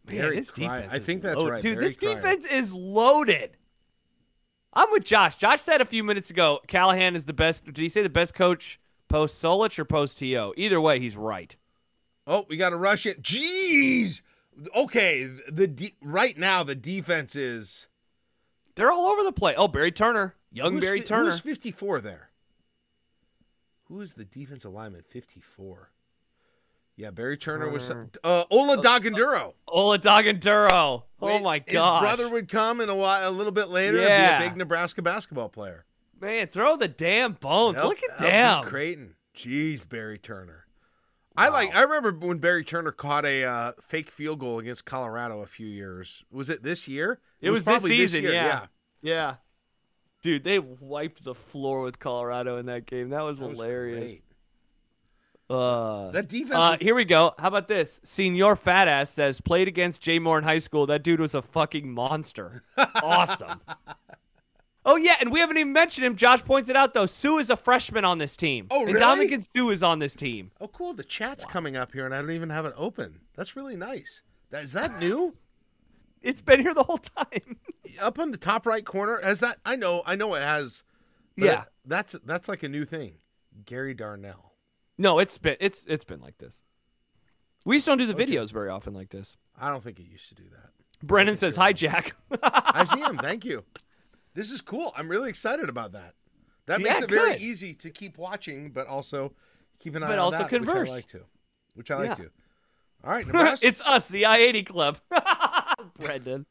A: Man,
B: Barry
A: this
B: Cryer.
A: defense
B: I
A: is
B: think that's
A: loaded.
B: right,
A: Dude,
B: Barry
A: this
B: Cryer.
A: defense is loaded. I'm with Josh. Josh said a few minutes ago Callahan is the best. Did he say the best coach post Solich or post TO? Either way, he's right.
B: Oh, we got to rush it. Jeez. Okay, the de- right now the defense is
A: They're all over the place. Oh, Barry Turner. Young
B: who's
A: Barry
B: fi-
A: Turner.
B: Who's 54 there? Who is the defense alignment 54? Yeah, Barry Turner, was
A: Turner.
B: uh Ola Dagunduro.
A: Ola Duro. Oh,
B: Wait,
A: my God.
B: His brother would come in a while, a little bit later and be
A: Yeah.
B: a big Nebraska basketball player.
A: Man, throw the damn bones.
B: Yep,
A: Look at
B: Alvin
A: them.
B: Creighton. Jeez, Barry Turner. I like. I remember when Barry Turner caught a uh, fake field goal against Colorado a few years. Was it this year?
A: It, was, this
B: probably
A: season,
B: year,
A: yeah. Yeah. Dude, they wiped the floor with Colorado in that game. That was
B: That was
A: hilarious.
B: great.
A: Uh,
B: That defense.
A: Uh,
B: was-
A: here we go. How about this? Senior fat ass says played against Jay Moore in high school. That dude was a fucking monster. awesome. Oh yeah, and we haven't even mentioned him. Josh points it out though. Sue is a freshman on this team.
B: Oh,
A: And
B: really?
A: Dominican Sue is on this team.
B: oh, cool. The chat's coming up here, and I don't even have it open. That's really nice. That, is that new?
A: It's been here the whole time.
B: up on the top right corner. Has that? I know. I know it has. but
A: Yeah.
B: it- that's that's like a new thing. Gary Darnell.
A: no, it's been it's it's been like this. We just don't do the videos very often like this.
B: I don't think it used to do that.
A: Brennan says hi, Jack.
B: I see him. Thank you. This is cool. I'm really excited about that. That makes
A: Yeah,
B: it very
A: good.
B: easy to keep watching, but also keep an eye
A: But
B: on
A: also
B: that,
A: converse.
B: which I like to. Which I like
A: Yeah.
B: to. All right, Nebraska.
A: it's us, the I eighty Club. Brendan,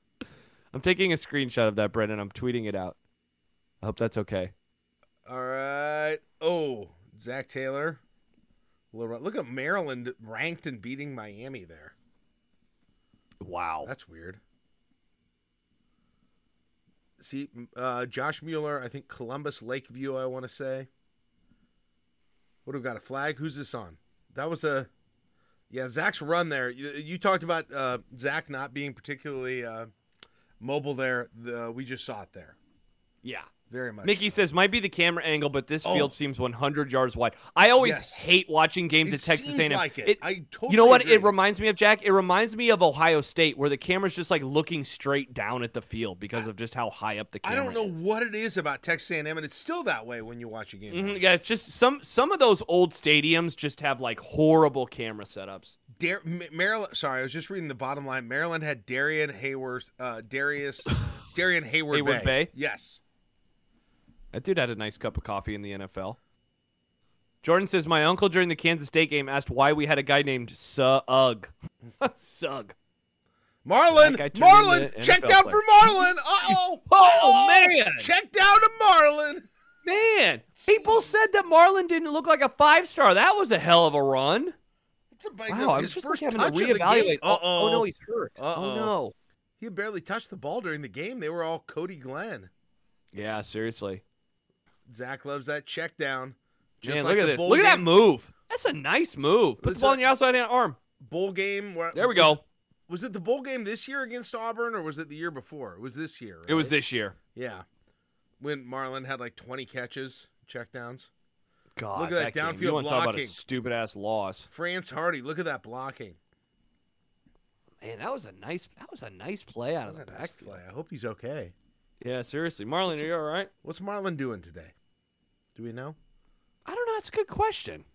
A: I'm taking a screenshot of that. Brendan, I'm tweeting it out. I hope that's okay.
B: All right. Oh, Zach Taylor. Little- Look at Maryland ranked and beating Miami there.
A: Wow.
B: That's weird. See, m- uh, Josh Mueller, I think Columbus Lakeview, I want to say. What do we got? A flag? Who's this on? That was a. Yeah, Zach's run there. You, you talked about uh, Zach not being particularly uh, mobile there. The, we just saw it there.
A: Yeah.
B: Very much.
A: Mickey says might be the camera angle, but this
B: Oh.
A: field seems 100 yards wide. I always
B: Yes.
A: hate watching games
B: It
A: at Texas
B: seems
A: A&M.
B: like it. I
A: you know
B: totally
A: what
B: agree.
A: it reminds me of, Jack? It reminds me of Ohio State, where the camera's just like looking straight down at the field because of just how high up the
B: I
A: camera.
B: don't know what it is about Texas A&M, and it's still that way when you watch a game.
A: Mhm, yeah, it's just some some of those old stadiums just have like horrible camera setups.
B: Dar- M- Maryland. Sorry, I was just reading the bottom line. Maryland had Darian Hayward, uh, Darius, Darian Hayward,
A: Hayward Bay?
B: Yes,
A: That dude had a nice cup of coffee in the NFL. Jordan says my uncle during the Kansas State game asked why we had a guy named Sug. Sug. That
B: Marlon.
A: guy turned into
B: Marlon
A: an
B: checked
A: NFL
B: out
A: player.
B: for Marlon. Uh oh.
A: Oh, man.
B: Checked out to Marlon.
A: Man, people said that Marlon didn't look like a five star. That was a hell of a run.
B: It's a big
A: Wow, I was
B: his
A: just like
B: first
A: having to
B: touch of the game.
A: reevaluate.
B: Uh
A: Oh,
B: oh.
A: oh no, he's hurt.
B: Uh-oh.
A: Oh no.
B: he barely touched the ball during the game. They were all Cody Glenn.
A: Yeah, seriously.
B: Zach loves that check down. Just
A: Man,
B: like
A: look at
B: the
A: this.
B: bowl
A: Look at that
B: game-
A: move. That's a nice move. Put
B: It's
A: the ball
B: a-
A: in your outside hand arm.
B: bowl game. Where,
A: There we
B: was-
A: go.
B: Was it the bowl game this year against Auburn, or was it the year before? It was this year.
A: It was
B: right?
A: this year.
B: Yeah. When Marlon had like 20 catches, checkdowns.
A: God,
B: Look at that
A: game.
B: downfield
A: You want to talk about a
B: blocking.
A: stupid ass loss?
B: France Hardy, look at that blocking.
A: Man, that was a nice. That was a nice play out
B: That's
A: of
B: a
A: the
B: nice
A: backfield.
B: play. I hope he's okay.
A: Yeah, seriously, Marlon, are you all right?
B: What's Marlon doing today? Do we know?
A: I don't know. That's a good question.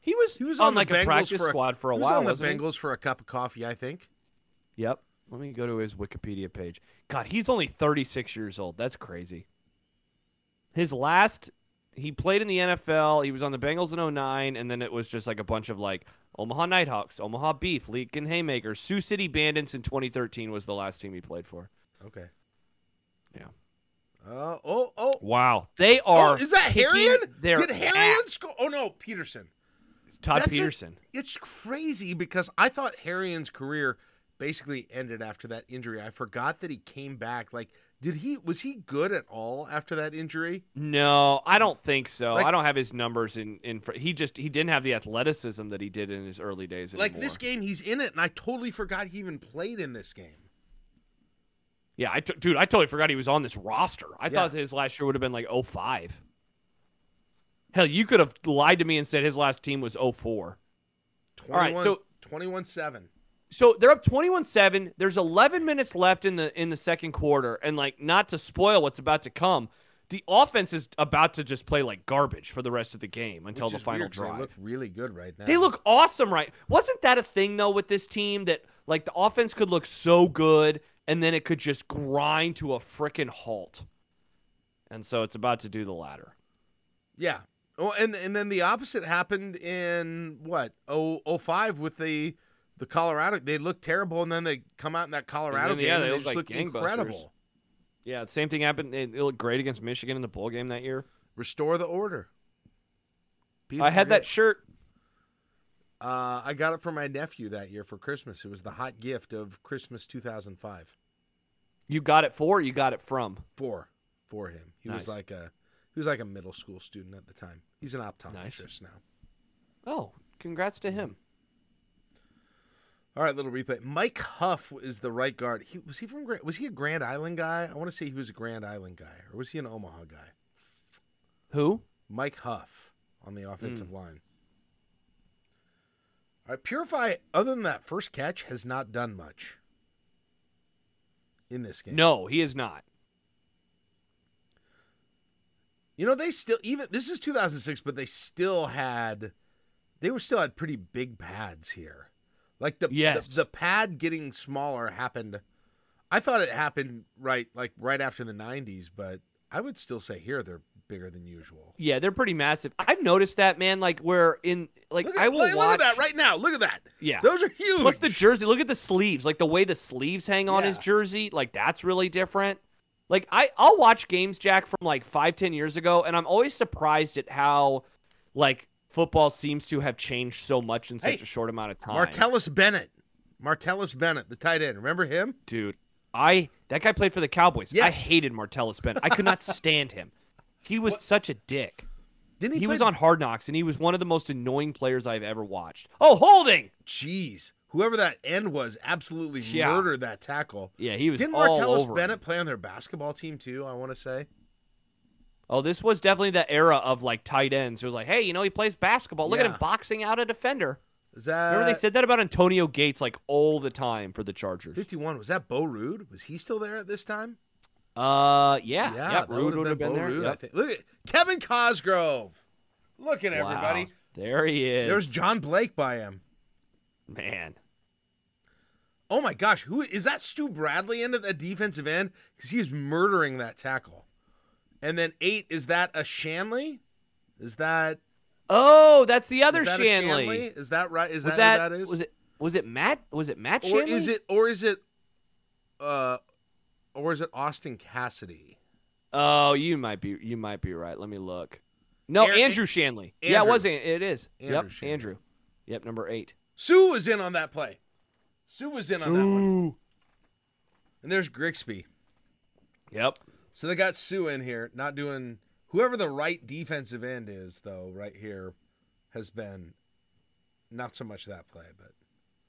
A: He was
B: He was
A: on,
B: on,
A: like
B: the Bengals
A: a practice
B: for
A: squad for a
B: he was
A: while.
B: on the
A: wasn't he?
B: Bengals for a cup of coffee, I think.
A: Yep. Let me go to his Wikipedia page. God, he's only 36 years old. That's crazy. His last he played in the NFL, he was on the Bengals in 09 and then it was just like a bunch of like Omaha Nighthawks, Omaha Beef, Lincoln Haymakers, Sioux City Bandits in 2013 was the last team he played for.
B: Okay.
A: Yeah.
B: Uh, oh, oh.
A: Wow. They
B: Oh,
A: are
B: is that
A: kicking
B: Harrion?
A: their
B: Did Harrion
A: ass.
B: score? Oh, no, Peterson.
A: Todd
B: That's it.
A: Peterson.
B: It's crazy because I thought Harrion's career basically ended after that injury. I forgot that he came back. Like, did he, was he good at all after that injury?
A: No, I don't think so.
B: Like-
A: I don't have his numbers in in fr- he just he didn't have the athleticism that he did in his early days anymore.
B: Like this game, he's in it, and I totally forgot he even played in this game.
A: Yeah, I t- dude, I totally forgot he was on this roster. I
B: Yeah.
A: thought his last year would have been like 05. Hell, you could have lied to me and said his last team was 04.
B: 21,
A: All right, so-
B: 21-7.
A: So they're up 21-7. There's 11 minutes left in the in the second quarter and like not to spoil what's about to come, the offense is about to just play like garbage for the rest of the game until
B: which
A: the
B: is
A: final
B: weird 'cause
A: drive.
B: They look really good right now.
A: They look awesome, right? Wasn't that a thing though with this team that like the offense could look so good and then it could just grind to a freaking halt? And so it's about to do the latter.
B: Yeah. Oh, and and then the opposite happened in what? Oh, 05 with the the Colorado. They look terrible, and then they come out in that Colorado
A: then,
B: game
A: yeah,
B: and
A: they
B: they
A: look
B: just
A: like
B: look incredible.
A: Yeah, the same thing happened. It, it looked great against Michigan in the bowl game that year.
B: Restore the order. People
A: I had that
B: forget.
A: shirt.
B: uh, I got it for my nephew that year for Christmas. It was the hot gift of Christmas 2005
A: You got it for. or You got it from.
B: for for him. He was
A: Nice.
B: like a he was like a middle school student at the time. He's an optometrist now.
A: Oh, congrats to him.
B: All right, little replay. Mike Huff is the right guard. He was he from Gra- was he a Grand Island guy? I want to say he was a Grand Island guy, or was he an Omaha guy?
A: Who?
B: Mike Huff on the offensive
A: Hmm.
B: line. All right, Purify. Other than that first catch, has not done much in this game.
A: No, he is not.
B: you know they still even this is 2006, but they still had they were still had pretty big pads here. Like the the-
A: Yes.
B: the, pad getting smaller happened. I thought it happened right like right after the 90s, but I would still say here they're bigger than usual.
A: Yeah, they're pretty massive. I've noticed that, man. Like where in like
B: Look at,
A: I will
B: look,
A: watch.
B: look at that right now. Look at that.
A: Yeah.
B: those are huge.
A: Plus the jersey. Look at the sleeves. Like the way the sleeves hang on
B: Yeah.
A: his jersey. Like that's really different. Like I, I'll watch games, Jack, from like five, ten years ago, and I'm always surprised at how, like, football seems to have changed so much in such
B: Hey,
A: a short amount of time.
B: Martellus Bennett. Martellus Bennett, the tight end. Remember him?
A: dude. I that guy played for the Cowboys. I
B: Yes.
A: hated Martellus Bennett. I could not stand him. He was such a dick.
B: Didn't
A: He,
B: he?
A: was
B: play-
A: on Hard Knocks, and he was one of the most annoying players I've ever watched. Oh, holding!
B: Jeez, whoever that end was, absolutely
A: Yeah.
B: murdered that tackle.
A: Yeah, he was
B: Didn't
A: all
B: Martellus
A: over him.
B: Bennett play on their basketball team too? I want to say.
A: Oh, this was definitely the era of like tight ends. It was like, hey, you know, he plays basketball. Look at
B: Yeah. Uh,
A: him boxing out a defender.
B: Is that
A: Remember they said that about Antonio Gates like all the time for the Chargers.
B: 51? Was that Bo Rude? Was he still there at this time?
A: Uh, yeah, yep,
B: that
A: Rude would have been,
B: Bo
A: there.
B: Rude, I
A: Yep.
B: think. Look at Kevin Cosgrove. Look at
A: Wow.
B: everybody.
A: there he is.
B: There's John Blake by him.
A: man.
B: Oh my gosh, who is that? Stu Bradley into the defensive end because he's murdering that tackle. And then eight is that a Shanley? Is that
A: Oh, that's the other
B: is that a
A: Shanley.
B: Shanley? Is that right? Is
A: Was
B: that,
A: that,
B: who that is?
A: was it was it Matt was it Matt
B: or
A: Shanley?
B: is it or is it uh or is it Austin Cassidy?
A: Oh, you might be you might be right. Let me look. No,
B: Aaron-
A: Andrew Shanley. Yeah, it was
B: Andrew.
A: An- it is.
B: Andrew
A: yep,
B: Shanley.
A: Andrew. Yep, number 8.
B: Sue was in on that play. Sue was in on that one.
A: Ooh.
B: And there's Grixby.
A: Yep.
B: So they got Sue in here, not doing whoever the right defensive end is, though, right here has been not so much that play, but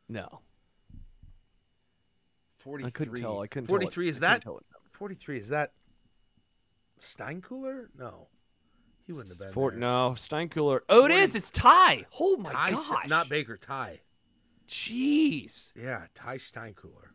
A: No.
B: 43.
A: I couldn't tell. I couldn't tell what-
B: 43 is
A: I couldn't
B: that
A: tell what number.
B: 43 is that Steinkooler? No. He wouldn't have been
A: Fort,
B: there.
A: no, Steinkooler. Oh, it is. It's Ty. Oh my
B: Ty,
A: gosh.
B: Ste- not Baker Ty.
A: Jeez.
B: Yeah, Ty Steinkooler.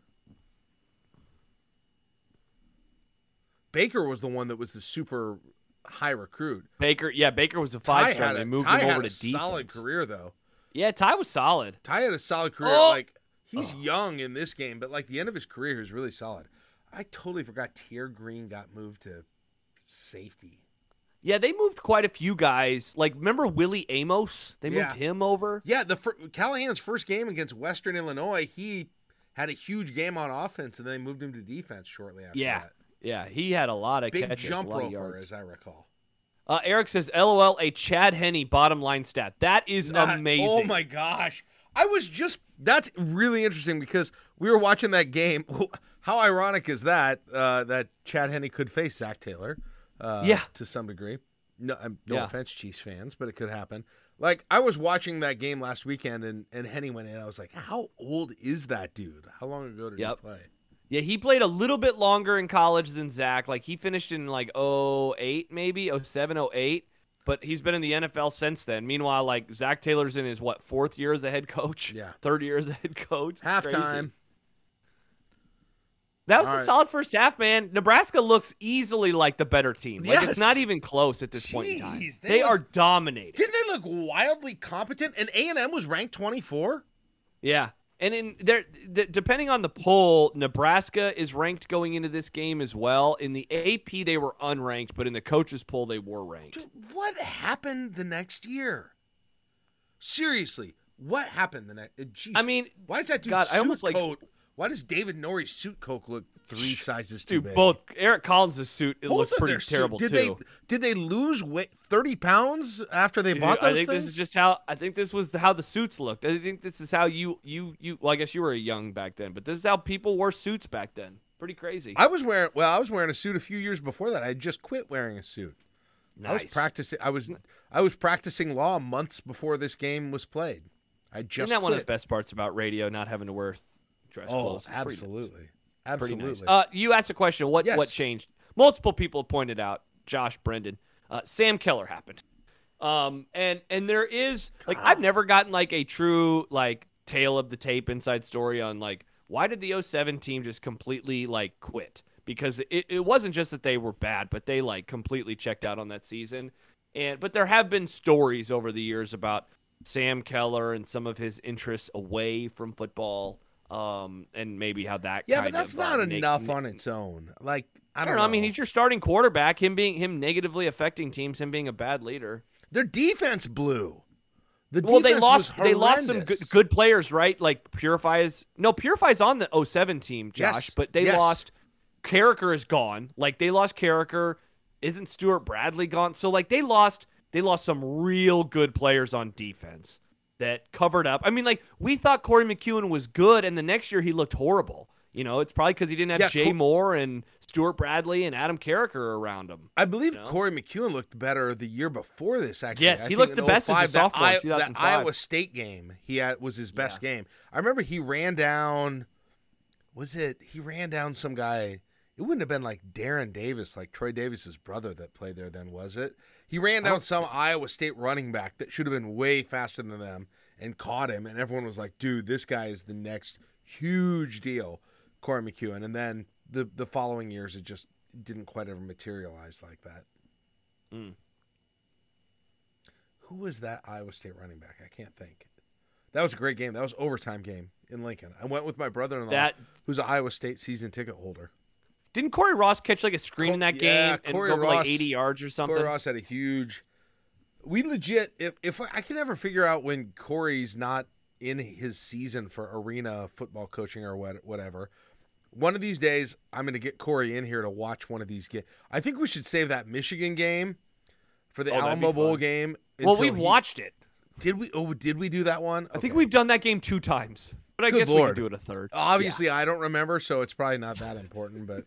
B: Baker was the one that was the super high recruit.
A: Baker. Yeah, Baker was a
B: Ty
A: five star.
B: had
A: They
B: a-
A: moved
B: Ty
A: him
B: had
A: over
B: a
A: to D.
B: solid career though.
A: Yeah, Ty was solid.
B: Ty had a solid career.
A: Oh.
B: Like he's young in this game, but like the end of his career, he was really solid. I totally forgot Tier Green got moved to safety.
A: Yeah, they moved quite a few guys. Like, remember Willie Amos? They
B: Yeah.
A: moved him over.
B: Yeah, the fir- Callahan's first game against Western Illinois, he had a huge game on offense, and then they moved him to defense shortly after
A: Yeah.
B: that.
A: Yeah, he had a lot of
B: Big
A: catches,
B: jump
A: a lot of
B: roper,
A: yards.
B: as I recall.
A: Uh, Eric says, "LOL, a Chad Henney bottom line stat. That is
B: Not-
A: amazing.
B: Oh my gosh. I was just that's really interesting because we were watching that game. How ironic is that? Uh, that Chad Henney could face Zach Taylor, uh,
A: Yeah.
B: to some degree. No, um, no
A: Yeah.
B: offense, Chiefs fans, but it could happen. Like I was watching that game last weekend, and and Henney went in. I was like, how old is that dude? How long ago did
A: Yep.
B: he play?
A: Yeah, he played a little bit longer in college than Zach. Like he finished in like 08 maybe 07 08, but he's been in the NFL since then. Meanwhile, like Zach Taylor's in his what fourth year as a head coach,
B: Yeah.
A: third year as a head coach. Crazy.
B: Halftime.
A: That was
B: All
A: a
B: right.
A: solid first half, man. Nebraska looks easily like the better team. Like
B: Yes.
A: it's not even close at this point in time.
B: Jeez, they
A: They,
B: look-
A: are dominating.
B: Didn't they look wildly competent? And A and M was ranked twenty four.
A: Yeah. And in there, th- depending on the poll, Nebraska is ranked going into this game as well. In the AP, they were unranked, but in the coaches poll, they were ranked.
B: Dude, what happened the next year? Seriously, what happened the next? Geez,
A: I mean,
B: why is that dude?
A: God,
B: suit
A: I almost, like-
B: coat? Why does David Norrie's suit coat look three sizes too
A: Dude,
B: big?
A: both Eric Collins' suit it
B: Both
A: looked
B: of
A: pretty
B: their suit-
A: terrible
B: Did
A: too.
B: they did they lose weight thirty pounds after they
A: Dude,
B: bought those
A: I think
B: things?
A: this is just how I think this was how the suits looked. I think this is how you you you. Well, I guess you were young back then, but this is how people wore suits back then. Pretty crazy.
B: I was wearing well, I was wearing a suit a few years before that. I had just quit wearing a suit. I was
A: Nice.
B: practicing. I was I was practicing law months before this game was played. I just
A: Isn't that one of the
B: quit.
A: best parts about radio? Not having to wear dress
B: Oh,
A: clothes. It's pretty nice.
B: absolutely,
A: pretty
B: absolutely.
A: nice. Uh, you asked a question. What
B: Yes.
A: what changed? Multiple people pointed out. Josh Brendan, uh, Sam Keller happened. Um, and and there is like I've never gotten like a true like tale of the tape inside story on like why did the 07 team just completely like quit because it, it wasn't just that they were bad but they like completely checked out on that season and but there have been stories over the years about Sam Keller and some of his interests away from football um and maybe how that
B: Yeah,
A: kind
B: but that's
A: of,
B: not
A: uh, neg-
B: enough
A: ne-
B: on its own. Like I
A: I
B: don't,
A: don't know. I mean, he's your starting quarterback. Him being him negatively affecting teams. Him being a bad leader.
B: their defense blew. The
A: Well, they
B: defense
A: lost.
B: was
A: They lost some good,
B: horrendous.
A: good players, right? Like Purify is no Purify's on the 07 team, Josh,
B: Yes,
A: but they
B: yes.
A: lost. Carricker is gone. Like they lost Carricker. Isn't Stuart Bradley gone? So like they lost they lost some real good players on defense that covered up. I mean, like we thought Corey McEwen was good, and the next year he looked horrible. You know, it's probably because he didn't have
B: Yeah,
A: Jay
B: Cor-
A: Moore and Stuart Bradley and Adam Carricker around him.
B: I believe
A: No.
B: Corey McEwen looked better the year before this. Actually,
A: Yes,
B: I
A: he
B: think
A: looked
B: in
A: the best as a
B: 05, that
A: sophomore in
B: I- That
A: 2005.
B: Iowa State game, he had, was his best game. I remember he ran down. Was it he ran down some guy? It wouldn't have been like Darren Davis, like Troy Davis's brother that played there then, was it? He ran down some Iowa State running back that should have been way faster than them and caught him, and everyone was like, "Dude, this guy is the next huge deal." Corey McEwen, and then the the following years, it just didn't quite ever materialize like that. Who was that Iowa State running back? I can't think. That was a great game. That was overtime game in Lincoln. I went with my brother-in-law,
A: That-
B: who's an Iowa State season ticket holder.
A: Didn't Corey Ross catch like a screen in
B: Cor-
A: that
B: yeah,
A: game and
B: Corey
A: go for
B: Ross-
A: like 80 yards or something?
B: Corey Ross had a huge. We legit. If if I, I can ever figure out when Corey's not in his season for arena football coaching or what whatever, one of these days I'm going to get Corey in here to watch one of these games. I think we should save that Michigan game for the
A: Oh, that'd be
B: Alamo Bowl
A: fun.
B: game.
A: well,
B: until
A: we've
B: he-
A: watched it.
B: Did we? Oh, did we do that one?
A: I think we've done that game two times, but I
B: Good
A: guess
B: Lord. Oh,
A: we can do it a third.
B: Obviously, I don't remember, so it's probably not that important. But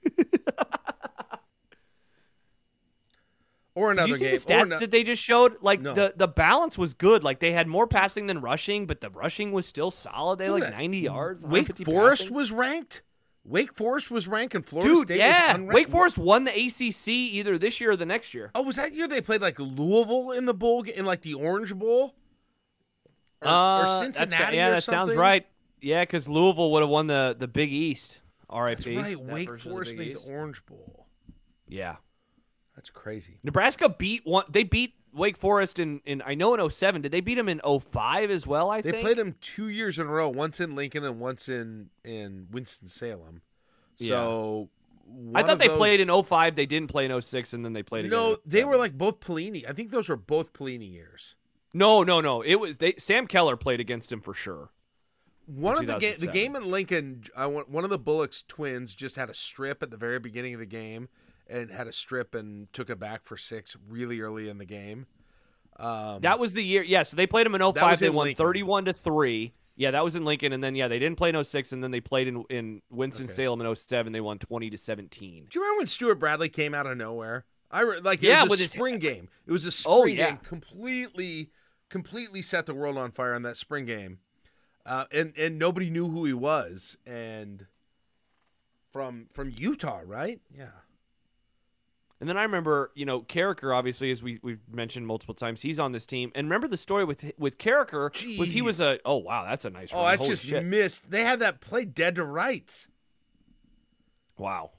B: or
A: Did
B: another
A: you see
B: game.
A: the
B: or
A: stats
B: ano-
A: that they just showed? Like
B: No.
A: the, the balance was good. Like they had more passing than rushing, but the rushing was still solid. They had,
B: Look
A: like
B: at that.
A: 90 yards.
B: Wake
A: 150
B: Forest
A: passing.
B: was ranked. Wake Forest was ranked, and Florida
A: Dude,
B: State
A: yeah.
B: was unranked.
A: Wake Forest won the ACC either this year or the next year.
B: Oh, was that year they played like Louisville in the bowl ga- in like the Orange Bowl? Or, or
A: Uh, that's-
B: Cincinnati?
A: Yeah,
B: or
A: that sounds
B: something?
A: right. Yeah, because Louisville would have won the, the Big East. RIP.
B: That's right.
A: that version
B: Wake
A: of the
B: Forest
A: Big
B: made
A: East.
B: the Orange Bowl.
A: Yeah.
B: That's crazy.
A: Nebraska beat one. They beat Wake Forest in, in I know in 07. Did they beat them in 05 as well? I
B: They
A: think
B: played him two years in a row, once in Lincoln and once in in Winston Salem. So
A: I
B: one
A: thought
B: of
A: they
B: those-
A: played in 05. They didn't play in 06, and then they played. again
B: No,
A: in
B: they were
A: 07.
B: like both Pelini. I think those were both Pelini years.
A: No, no, no. It was they. Sam Keller played against him for sure.
B: One of the game, the
A: 2007.
B: game in Lincoln, I want one of the Bullocks twins just had a strip at the very beginning of the game, and had a strip and took it back for six really early in the game. Um,
A: That was the year. Yeah, so they played him in 05.
B: was
A: They
B: in
A: won
B: Lincoln.
A: 31 to three. Yeah, that was in Lincoln, and then yeah, they didn't play in 06, and then they played in in Winston Salem in 07. They won 20 to 17.
B: do you remember when Stuart Bradley came out of nowhere? I re- like it
A: Yeah,
B: was
A: with
B: a
A: his-
B: spring game. It was a spring
A: Oh, yeah.
B: game. Completely, completely set the world on fire in that spring game, uh, and and nobody knew who he was. And from from Utah, right? Yeah.
A: And then I remember, you know, Carricker obviously, as we we've mentioned multiple times, he's on this team. And remember the story with with Carricker was he was
B: Jeez.
A: a oh wow that's a nice
B: Oh,
A: run.
B: that's
A: Holy
B: just
A: shit.
B: missed. They had that play dead to rights.
A: Wow.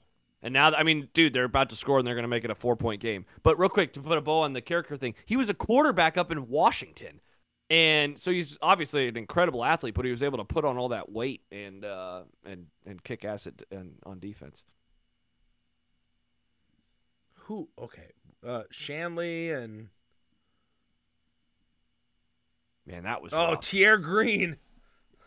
A: And now, I mean, dude, they're about to score and they're going to make it a four point game. But real quick, to put a bow on the character thing, he was a quarterback up in Washington. And so he's obviously an incredible athlete, but he was able to put on all that weight and uh, and and kick ass at, and, on defense.
B: Who? Okay, uh, Shanley and
A: Man, that was
B: oh,
A: rough.
B: Tier Green,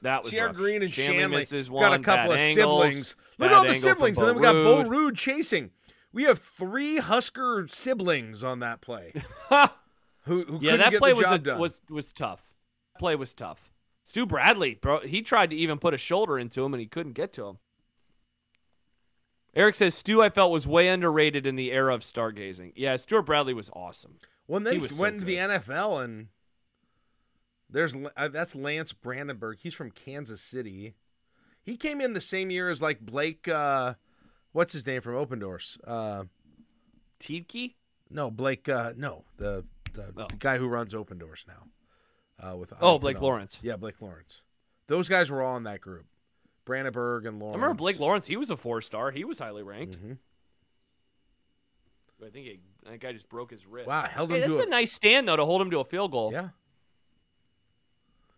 A: that was
B: Tier
A: rough.
B: Green and
A: Shanley
B: Shanley,
A: misses one,
B: got a couple
A: bad
B: of
A: angles,
B: siblings. Look at
A: bad
B: all the
A: angle from
B: siblings, and then we
A: Bo
B: got Bo
A: Rude.
B: Rude chasing. We have three Husker siblings on that play. who who
A: yeah,
B: couldn't
A: that
B: get
A: play
B: the
A: was
B: job
A: a,
B: done?
A: was was tough. That play was tough. Stu Bradley, bro, he tried to even put a shoulder into him and he couldn't get to him. Eric says Stu, I felt was way underrated in the era of stargazing. Yeah, Stuart Bradley was awesome.
B: well, and then
A: he
B: he,
A: was so
B: went into the NFL, and there's L- uh, that's Lance Brandenburg. He's from Kansas City. He came in the same year as like Blake. Uh, what's his name from Open Doors? Uh,
A: Tiedke?
B: No, Blake. Uh, no, the the,
A: Oh.
B: the guy who runs Open Doors now. Uh, with
A: Oh,
B: Ike
A: Blake
B: Pennell.
A: Lawrence.
B: Yeah, Blake Lawrence. Those guys were all in that group. Brandenburg and
A: I
B: Lawrence.
A: remember Blake Lawrence. He was a four star. He was highly ranked.
B: Mhm.
A: I think he, that guy just broke his wrist.
B: Wow, held
A: Hey,
B: him
A: that's
B: to
A: a nice stand though to hold him to a field goal.
B: yeah.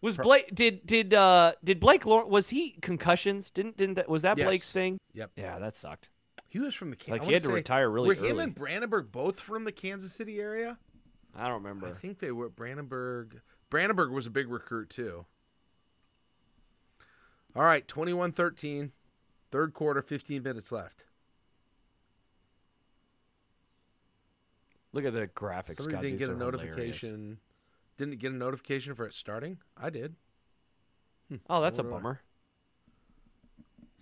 A: Was Blake did did uh did Blake Lawrence was he concussions? Didn't didn't that was that
B: Yes.
A: Blake's thing?
B: Yep.
A: Yeah, that sucked.
B: He was from the Kansas.
A: Like, he had to retire really
B: Were him
A: early.
B: and Brandenburg both from the Kansas City area?
A: I don't remember.
B: I think they were. Brandenburg. Brandenburg was a big recruit too. All right, 21-13. Third quarter, 15 minutes left.
A: Look at the graphics.
B: Somebody
A: God,
B: didn't
A: these
B: get a
A: are hilarious.
B: notification. Didn't get a notification for it starting. I did.
A: Oh, that's a
B: Hold on.
A: bummer.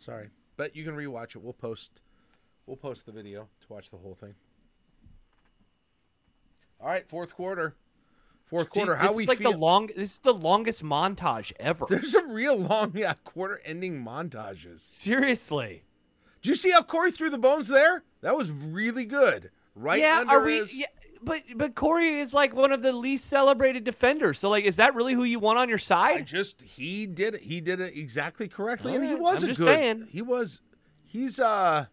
B: Sorry, but you can rewatch it. We'll post. We'll post the video to watch the whole thing. All right, fourth quarter. Fourth
A: Gee,
B: quarter.
A: this
B: how
A: is
B: we
A: like
B: feel?
A: the long. This is the longest montage ever.
B: There's some real long yeah, quarter-ending montages.
A: Seriously.
B: Do you see how Corey threw the bones there? That was really good. Right
A: yeah.
B: under
A: Are we?
B: his.
A: Yeah, but but Corey is like one of the least celebrated defenders. So like, is that really who you want on your
B: I
A: side?
B: just he did it. He did it exactly correctly, and he
A: Alright,
B: was
A: I'm
B: a
A: just
B: good.
A: saying.
B: He was. He's uh,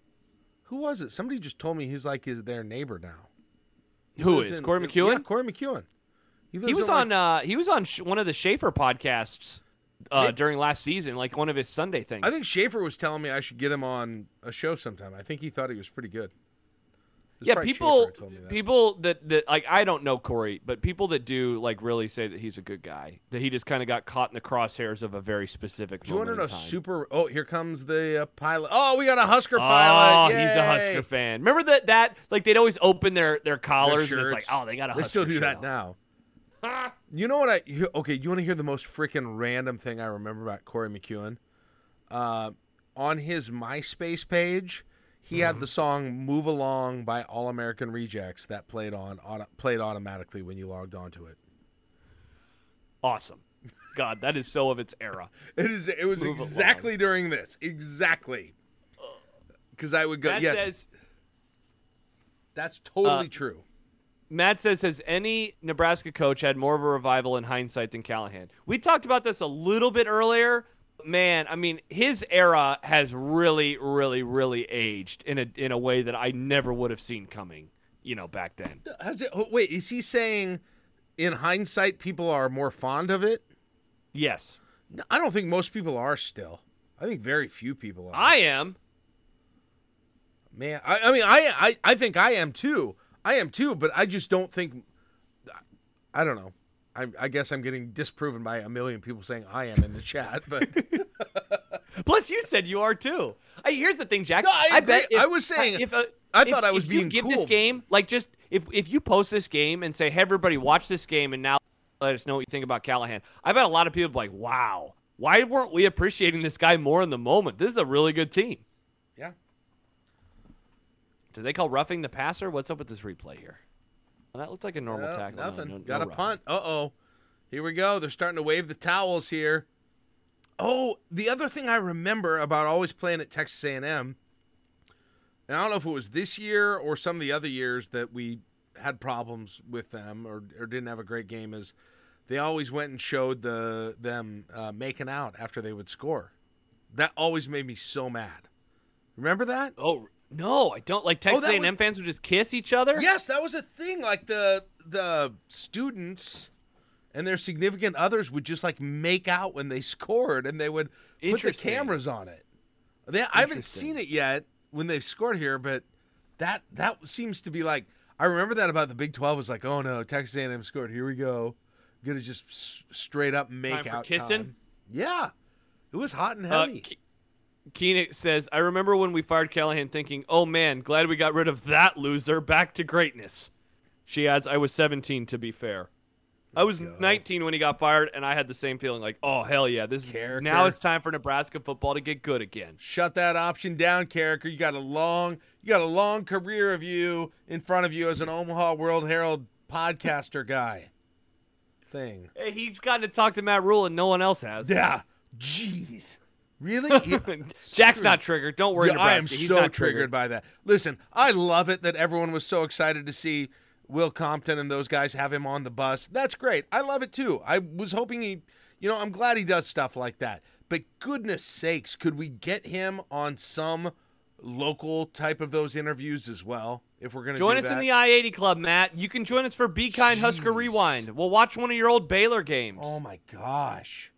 B: who was it? Somebody just told me he's like is their neighbor now.
A: who
B: lives
A: is
B: in-
A: Corey
B: yeah,
A: McEwen?
B: Corey McEwen.
A: he was on. Uh, he was on sh- one of the Schaefer podcasts uh, during last season, like one of his Sunday things.
B: I think Schaefer was telling me I should get him on a show sometime. I think he thought he was pretty good. It was
A: yeah,
B: probably
A: people,
B: Schaefer who told me that.
A: people that, that like I don't know Corey, but people that do like really say that he's a good guy. That he just kind of got caught in the crosshairs of a very specific.
B: Do you want to
A: moment
B: know
A: in time.
B: super? Oh, here comes the uh, pilot. Oh, we got a Husker
A: Oh,
B: pilot.
A: he's a
B: Yay.
A: Husker fan. Remember that that like they'd always open their their
B: Their
A: collars and it's like,
B: shirts.
A: oh, they got a Husker.
B: They still do
A: shirt
B: that
A: on.
B: now. you know what I? you- Okay, you want to hear the most freaking random thing I remember about Corey McEwen? Uh, on his MySpace page, he had
A: Mm-hmm.
B: the song "Move Along" by All American Rejects that played on auto, played automatically when you logged onto it.
A: Awesome. God, that is so of its era.
B: It is. It was
A: Move
B: exactly during this. Exactly. Because I would go.
A: Matt
B: yes,
A: says uh,
B: that's totally true.
A: Matt says has any Nebraska coach had more of a revival in hindsight than Callahan? We talked about this a little bit earlier. Man, I mean, his era has really, really, really aged in a in a way that I never would have seen coming, you know, back then.
B: Has it, oh, wait, is he saying, in hindsight, people are more fond of it?
A: Yes.
B: No, I don't think most people are still. I think very few people are.
A: I am.
B: Man, I, I mean, I, I I think I am too. I am too, but I just don't think. I don't know. I, I guess I'm getting disproven by a million people saying I am in the chat, but
A: Plus, you said you are too. I, here's the thing, Jack.
B: No, I
A: bet
B: agree.
A: if-
B: I was saying-
A: if a-
B: I
A: if-
B: thought I was
A: if
B: being
A: you give
B: cool.
A: this game like just if if you post this game and say, "Hey, everybody, watch this game," and now let us know what you think about Callahan. I bet a lot of people be like, "Wow, why weren't we appreciating this guy more in the moment? This is a really good team."
B: yeah.
A: Do they call roughing the passer? What's up with this replay here? Well, that looked like a normal
B: Well,
A: tackle. No,
B: nothing.
A: no- no
B: Got a
A: roughing.
B: punt. Uh oh. Here we go. They're starting to wave the towels here. Oh, the other thing I remember about always playing at Texas A&M, and I don't know if it was this year or some of the other years that we had problems with them or, or didn't have a great game, is they always went and showed the them uh, making out after they would score. That always made me so mad. Remember that?
A: Oh no, I don't. Like Texas
B: Oh, that
A: A&M
B: was-
A: fans would just kiss each other.
B: Yes, that was a thing. Like the the students and their significant others would just like make out when they scored, and they would put the
A: Interesting.
B: cameras on it. They, I haven't
A: Interesting.
B: seen it yet when they've scored here, but that that seems to be like I remember that about the Big Twelve was like, oh no, Texas A&M scored. Here we go, gonna just s- straight up make
A: for
B: out
A: kissing?
B: time. Yeah, it was hot and
A: Uh,
B: heavy.
A: Ke- Keenan says, I remember when we fired Callahan thinking, oh man, glad we got rid of that loser. Back to greatness. She adds, I was 17, to be fair.
B: Oh,
A: I was 19 when he got fired, and I had the same feeling like, oh, hell yeah. this is,
B: Character.
A: Now it's time for Nebraska football to get good again.
B: shut that option down, Carricker. You got a long you got a long career of you in front of you as an Omaha World Herald podcaster guy. Thing.
A: Hey, He's gotten to talk to Matt Rule, and no one else has.
B: Yeah. Jeez. Really?
A: Jack's not triggered. Don't worry,
B: Yeah, I am
A: Nebraska. He's
B: so
A: not
B: triggered. by that. Listen, I love it that everyone was so excited to see Will Compton and those guys have him on the bus. That's great. I love it too. I was hoping he, you know, I'm glad he does stuff like that. But goodness sakes, could we get him on some local type of those interviews as well? If we're going to
A: Join
B: do
A: us
B: that?
A: in the I 80 Club, Matt. You can join us for Be Kind Husker
B: Jeez.
A: Rewind. We'll watch one of your old Baylor games.
B: Oh my gosh.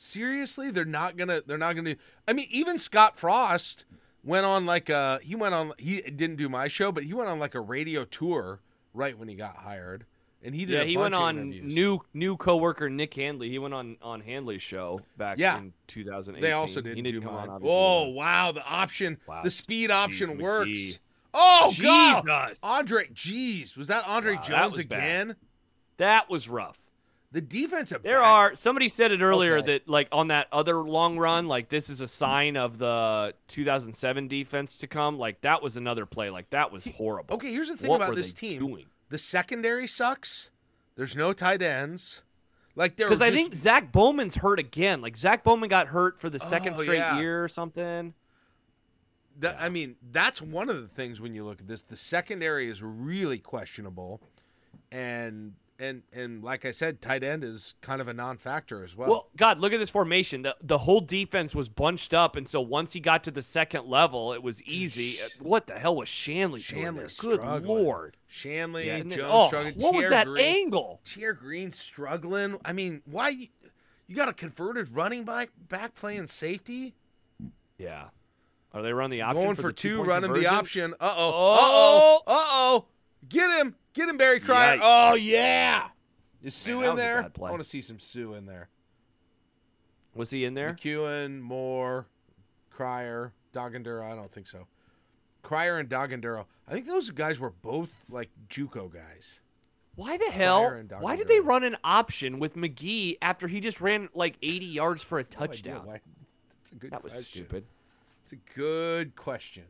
B: Seriously, they're not going to they're not going to I mean even Scott Frost went on like a he went on he didn't do my show but he went on like a radio tour right when he got hired and he did
A: Yeah,
B: a
A: he
B: bunch
A: went
B: of
A: on
B: interviews.
A: new new coworker Nick Handley. He went on on Handley's show back
B: Yeah.
A: in 2018.
B: They also
A: He
B: didn't,
A: didn't
B: do
A: come
B: mine.
A: on, obviously.
B: oh wow, the option
A: Wow.
B: the speed option
A: Jeez,
B: works.
A: McGee.
B: Oh God!
A: Jesus.
B: Andre, jeez, was that Andre
A: Wow, that
B: Jones
A: was bad.
B: again?
A: That was rough.
B: The defensive.
A: There
B: back-
A: are somebody said it earlier
B: Okay.
A: that like on that other long run, like this is a sign of the 2007 defense to come. Like that was another play. Like that was horrible.
B: Okay, here's the thing
A: What
B: about
A: were
B: this
A: they
B: team.
A: doing?
B: The secondary sucks. There's no tight ends. Like there.
A: Because I think Zach Bowman's hurt again. Like Zach Bowman got hurt for the second
B: Oh,
A: straight
B: yeah.
A: year or something.
B: That, I mean, that's one of the things when you look at this. The secondary is really questionable, and and and like I said, tight end is kind of a non-factor as well.
A: Well, God, look at this formation. The the whole defense was bunched up, and so once he got to the second level, it was easy. Uh,
B: sh-
A: what the hell was Shanley, doing there?
B: Shanley's
A: Good
B: struggling.
A: lord!
B: Shanley,
A: Yeah, and
B: Jones,
A: then- oh,
B: struggling.
A: what was
B: Tier
A: that
B: Green,
A: angle?
B: Tier Green struggling. I mean, why you, you got a converted running back back playing safety?
A: Yeah. Are they running the option?
B: Going
A: for,
B: for,
A: the
B: two,
A: two-point
B: running the
A: conversion?
B: option. Uh oh.
A: Oh!
B: Uh oh. Uh oh. Get him. Get him, Barry Cryer.
A: Yikes.
B: Oh yeah. Is Sue
A: Man, that
B: in
A: was a
B: there?
A: bad
B: I
A: play.
B: want to see some Sue in there.
A: Was he in there?
B: McEwen, Moore, Cryer, Doggenduro. I don't think so. Cryer and Doggenduro. I think those guys were both like JUCO guys.
A: Why the hell?
B: and Dr.
A: Why did they
B: Drew.
A: run an option with McGee after he just ran like 80 yards for a touchdown?
B: Why? That's a good
A: that was
B: question.
A: stupid.
B: It's a good question.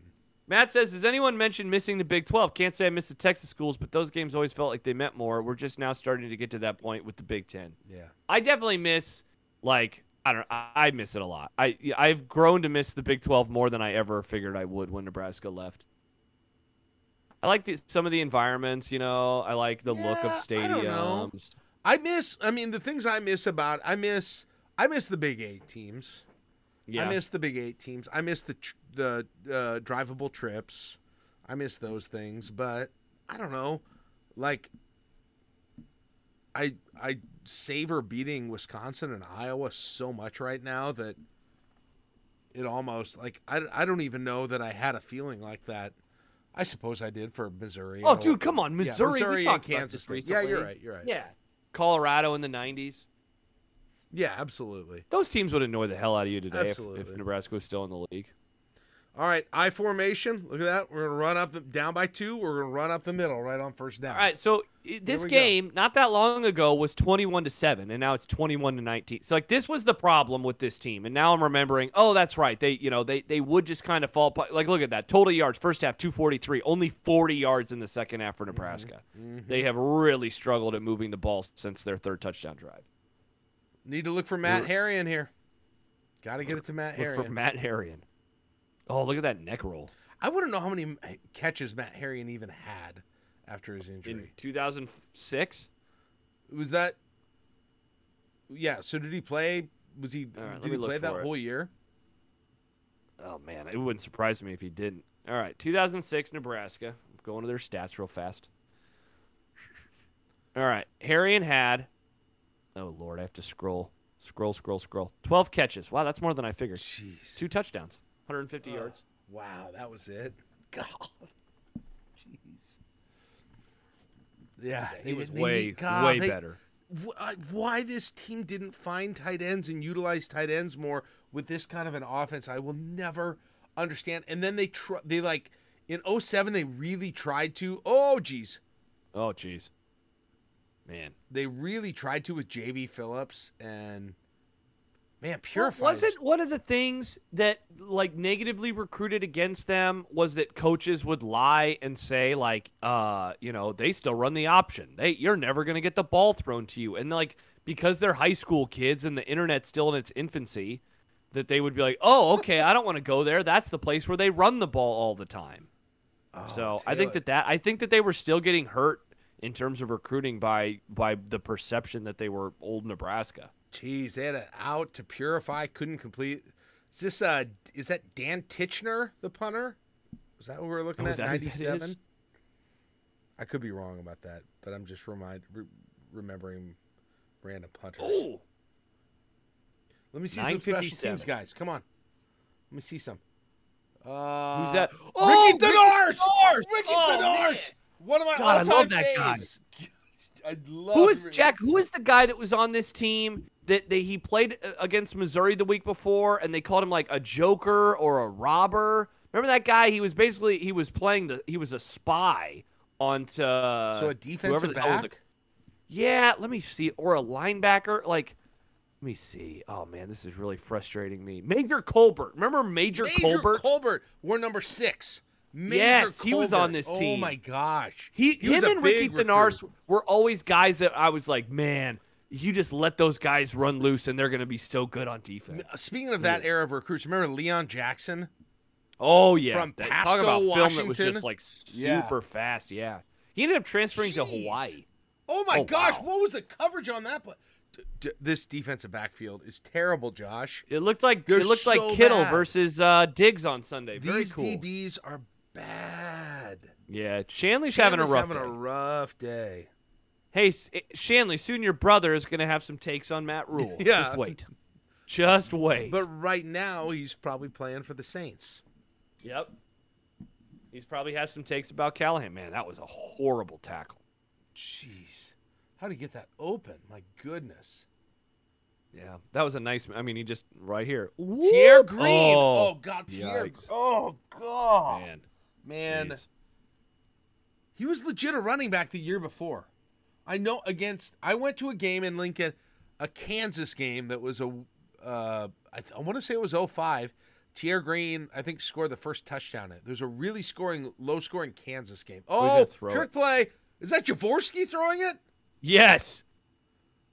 A: Matt says, "Has anyone mentioned missing the Big 12? Can't say I missed the Texas schools, but those games always felt like they meant more. We're just now starting to get to that point with the Big 10.
B: Yeah.
A: I definitely miss like I don't I, I miss it a lot. I I've grown to miss the Big 12 more than I ever figured I would when Nebraska left. I like the, some of the environments, you know. I like the look of
B: Yeah, I don't know.
A: stadiums.
B: I miss. I mean, the things I miss about I miss. I miss the Big Eight teams.
A: Yeah.
B: I miss the Big Eight teams. I miss the tr- the uh, drivable trips. I miss those things, but I don't know. Like, I I savor beating Wisconsin and Iowa so much right now that it almost like I, I don't even know that I had a feeling like that. I suppose I did for Missouri.
A: Oh,
B: and
A: dude, come on,
B: Yeah,
A: Missouri.
B: Missouri
A: we
B: and
A: talked about
B: Kansas
A: this
B: State.
A: recently.
B: Yeah, you're right. You're right.
A: Yeah, Colorado in the '90s.
B: yeah, absolutely.
A: Those teams would annoy the hell out of you today if, if
B: Absolutely.
A: Nebraska was still in the league.
B: All right, I formation. Look at that. We're gonna run up the, down by two. We're gonna run up the middle, right on first down.
A: All right, so i- this
B: we go.
A: game not that long ago was 21 to 7 and now it's 21 to 19. So like this was the problem with this team and now I'm remembering, oh that's right. They you know, they they would just kind of fall apart. like look at that. Total yards first half 243, only 40 yards in the second half for
B: Mm-hmm.
A: Nebraska. They have really struggled at moving the ball since their third touchdown drive.
B: Need to look for Matt Harrion here. Got to get it to Matt
A: Look for
B: Harrion.
A: Matt Harrion. Oh, look at that neck roll.
B: I want to know how many catches Matt Harrion even had after his
A: In
B: injury.
A: 2006?
B: Was that? Yeah. So did he play? Was he?
A: right, let
B: did
A: me
B: he
A: look
B: play that
A: for it.
B: whole year?
A: Oh man, it wouldn't surprise me if he didn't. All right, 2006 Nebraska. I'm going to their stats real fast. All right, Harrion had. Oh lord, I have to scroll, scroll, scroll, scroll. 12 catches. Wow, that's more than I figured.
B: Jeez. Uh,
A: Two touchdowns, 150 yards.
B: Wow, that was it. God. Jeez. Yeah,
A: He
B: they-
A: was
B: they
A: way,
B: need- God,
A: way
B: they-
A: better.
B: wh- I- why this team didn't find tight ends and utilize tight ends more with this kind of an offense i will never understand and then they tr- they like in 07 they really tried to oh geez
A: Oh jeez, man.
B: they really tried to with jb phillips and man
A: Well,
B: purified
A: Wasn't one of the things that like negatively recruited against them was that coaches would lie and say like, uh, you know, they still run the option. They you're never gonna get the ball thrown to you, and like because they're high school kids and the internet's still in its infancy, that they would be like, oh, okay, I don't want to go there. That's the place where they run the ball all the time. so I think
B: Taylor.
A: that that I think that they were still getting hurt in terms of recruiting by by the perception that they were old Nebraska.
B: jeez they had an out to purify couldn't complete is this uh is that dan titchener the punter was that what we were looking
A: Oh,
B: at
A: is that who that is?
B: 97 I could be wrong about that, but I'm just remind re- remembering random punters.
A: Oh.
B: Let me see some special teams
A: 957.
B: guys. Come on, let me see some. Uh,
A: Who's that?
B: Ricky
A: Oh,
B: Denars!
A: Denars!
B: Ricky
A: Oh,
B: Denars! One of my
A: God, I
B: all-time
A: love that guy.
B: faves. I love.
A: Who is
B: Ricky-
A: Jack? Who is the guy that was on this team that they, he played uh, against Missouri the week before, and they called him like a joker or a robber Remember that guy? He was basically he was playing the he was a spy onto
B: so a defensive
A: the- oh, the-
B: back.
A: yeah, let me see. Or a linebacker. Like, let me see. Oh, man, this is really frustrating me. Major Colbert. Remember Major,
B: Major Colbert. We're number six. Major
A: Yes, he was
B: Colbert.
A: on this
B: Oh
A: team.
B: my gosh.
A: He,
B: He was
A: him
B: a
A: and Ricky
B: big recruit.
A: Denars were always guys that I was like, man, you just let those guys run loose and they're going to be so good on defense.
B: Uh, Speaking of that era of recruits, remember Leon Jackson?
A: Oh, yeah.
B: From
A: that,
B: Pasco,
A: talk about film that was
B: Washington?
A: just like
B: Yeah.
A: super fast. Yeah. He ended up transferring to
B: Jeez.
A: Hawaii.
B: Oh my
A: Oh,
B: gosh,
A: wow.
B: what was the coverage on that play? D- d- this defensive backfield is terrible, Josh.
A: It looked like
B: They're
A: it looked
B: so
A: like Kittle
B: bad.
A: versus uh, Diggs on Sunday. Very
B: These
A: cool.
B: DBs are bad.
A: Yeah, Shanley's, having a
B: Chandler's
A: rough
B: having
A: day.
B: a rough day.
A: Hey, S- eh, Shanley, soon your brother is going to have some takes on Matt Rule.
B: Yeah.
A: Just wait. Just wait.
B: But right now, he's probably playing for the Saints.
A: yep. He's probably had some takes about Callahan. Man, that was a horrible tackle.
B: Jeez, how do you get that open? My goodness.
A: Yeah, that was a nice. I mean, he just right here.
B: Tier
A: Whoop!
B: Green. Oh,
A: Oh,
B: God, Tier.
A: yikes.
B: Oh God, man.
A: man. jeez.
B: He was legit a running back the year before. I know against I went to a game in Lincoln, a Kansas game that was a uh, I, th- I want to say it was 05. Tier Green, I think, scored the first touchdown. in It there's a really scoring, low scoring Kansas game.
A: gonna
B: Oh,
A: throw
B: trick
A: it.
B: play! Is that Javorski throwing it?
A: Yes.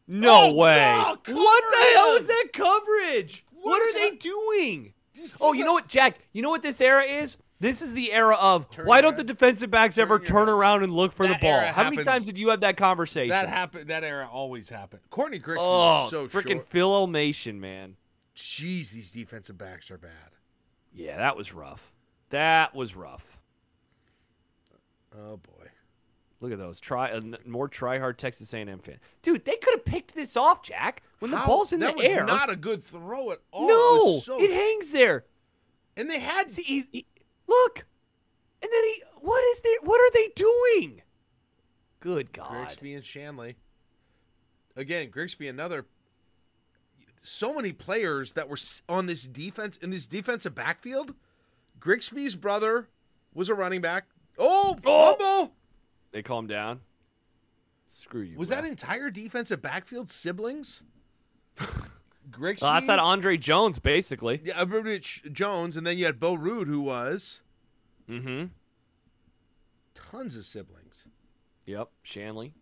A: No
B: Oh,
A: way.
B: God, cover
A: what the hell
B: him.
A: was that coverage?
B: What
A: What,
B: is
A: are they
B: that-
A: doing?
B: These
A: Oh,
B: teams
A: you
B: are-
A: know what, Jack? You know what this era is? This is the era of why
B: your
A: don't the
B: head.
A: defensive backs ever
B: your
A: turn
B: head.
A: around and look for
B: That
A: the ball?
B: era
A: How many
B: happens-
A: times did you have that conversation?
B: That happened. That era always happened. Courtney Grixon
A: oh,
B: was so
A: freaking
B: short.
A: Phil Elmation, man.
B: Jeez, these defensive backs are bad.
A: Yeah, that was rough. That was rough.
B: Oh boy.
A: Look at those try uh, n- more try hard Texas A&M fan. Dude, they could have picked this off, Jack. When the
B: How-
A: ball's in
B: that
A: the
B: was
A: air,
B: Not a good throw at all.
A: no,
B: it, was so-
A: it hangs there.
B: and they had
A: See, he, he- look, and then he. What is there? What are they doing? Good God!
B: Grigsby and Shanley. Again, Grigsby, another. So many players that were s- on this defense in this defensive backfield. Grigsby's brother was a running back. Oh,
A: Oh!
B: fumble!
A: They calm down. Screw you.
B: Was
A: bro.
B: that entire defensive backfield siblings? Grigsby.
A: Well, that's not Andre Jones, basically.
B: Yeah, Abramovich Jones, and then you had Bo Rude, who was
A: Mm-hmm.
B: tons of siblings.
A: Yep. Shanley.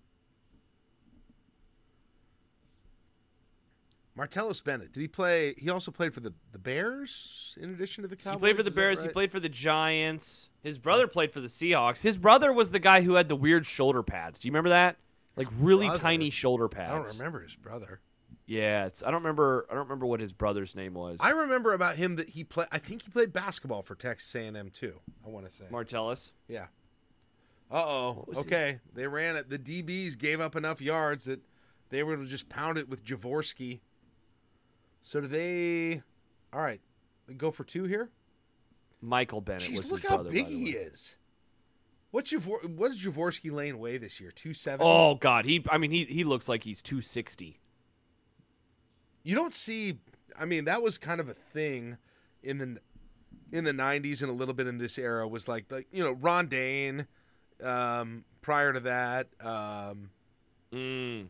B: Martellus Bennett. Did he play? He also played for the, the Bears in addition to the Cowboys.
A: He played for the
B: is that
A: Bears. He
B: right?
A: played for the Giants. His brother played for the Seahawks. His brother was the guy who had the weird shoulder pads. Do you remember that? Like really
B: brother?
A: tiny shoulder
B: I
A: pads.
B: don't remember his brother.
A: Yeah, it's, I don't remember. I don't remember what his brother's name was.
B: I remember about him that he played. I think he played basketball for Texas A&M too. I want to say.
A: Martellus.
B: yeah. Uh oh.
A: was he-
B: Okay, they ran it. The DBs gave up enough yards that they were able to just pound it with Javorski. So do they? All right, they go for two here.
A: Michael Bennett was
B: Jeez,
A: his
B: look how
A: brother. by
B: big
A: the
B: he
A: way.
B: is. What's Javor- what does Javorski Lane weigh this year? Two seventy.
A: Oh God, he. I mean, he he looks like he's two sixty.
B: you don't see i mean that was kind of a thing in the in the 90s and a little bit in this era was like the you know ron dane um prior to that um
A: Mm.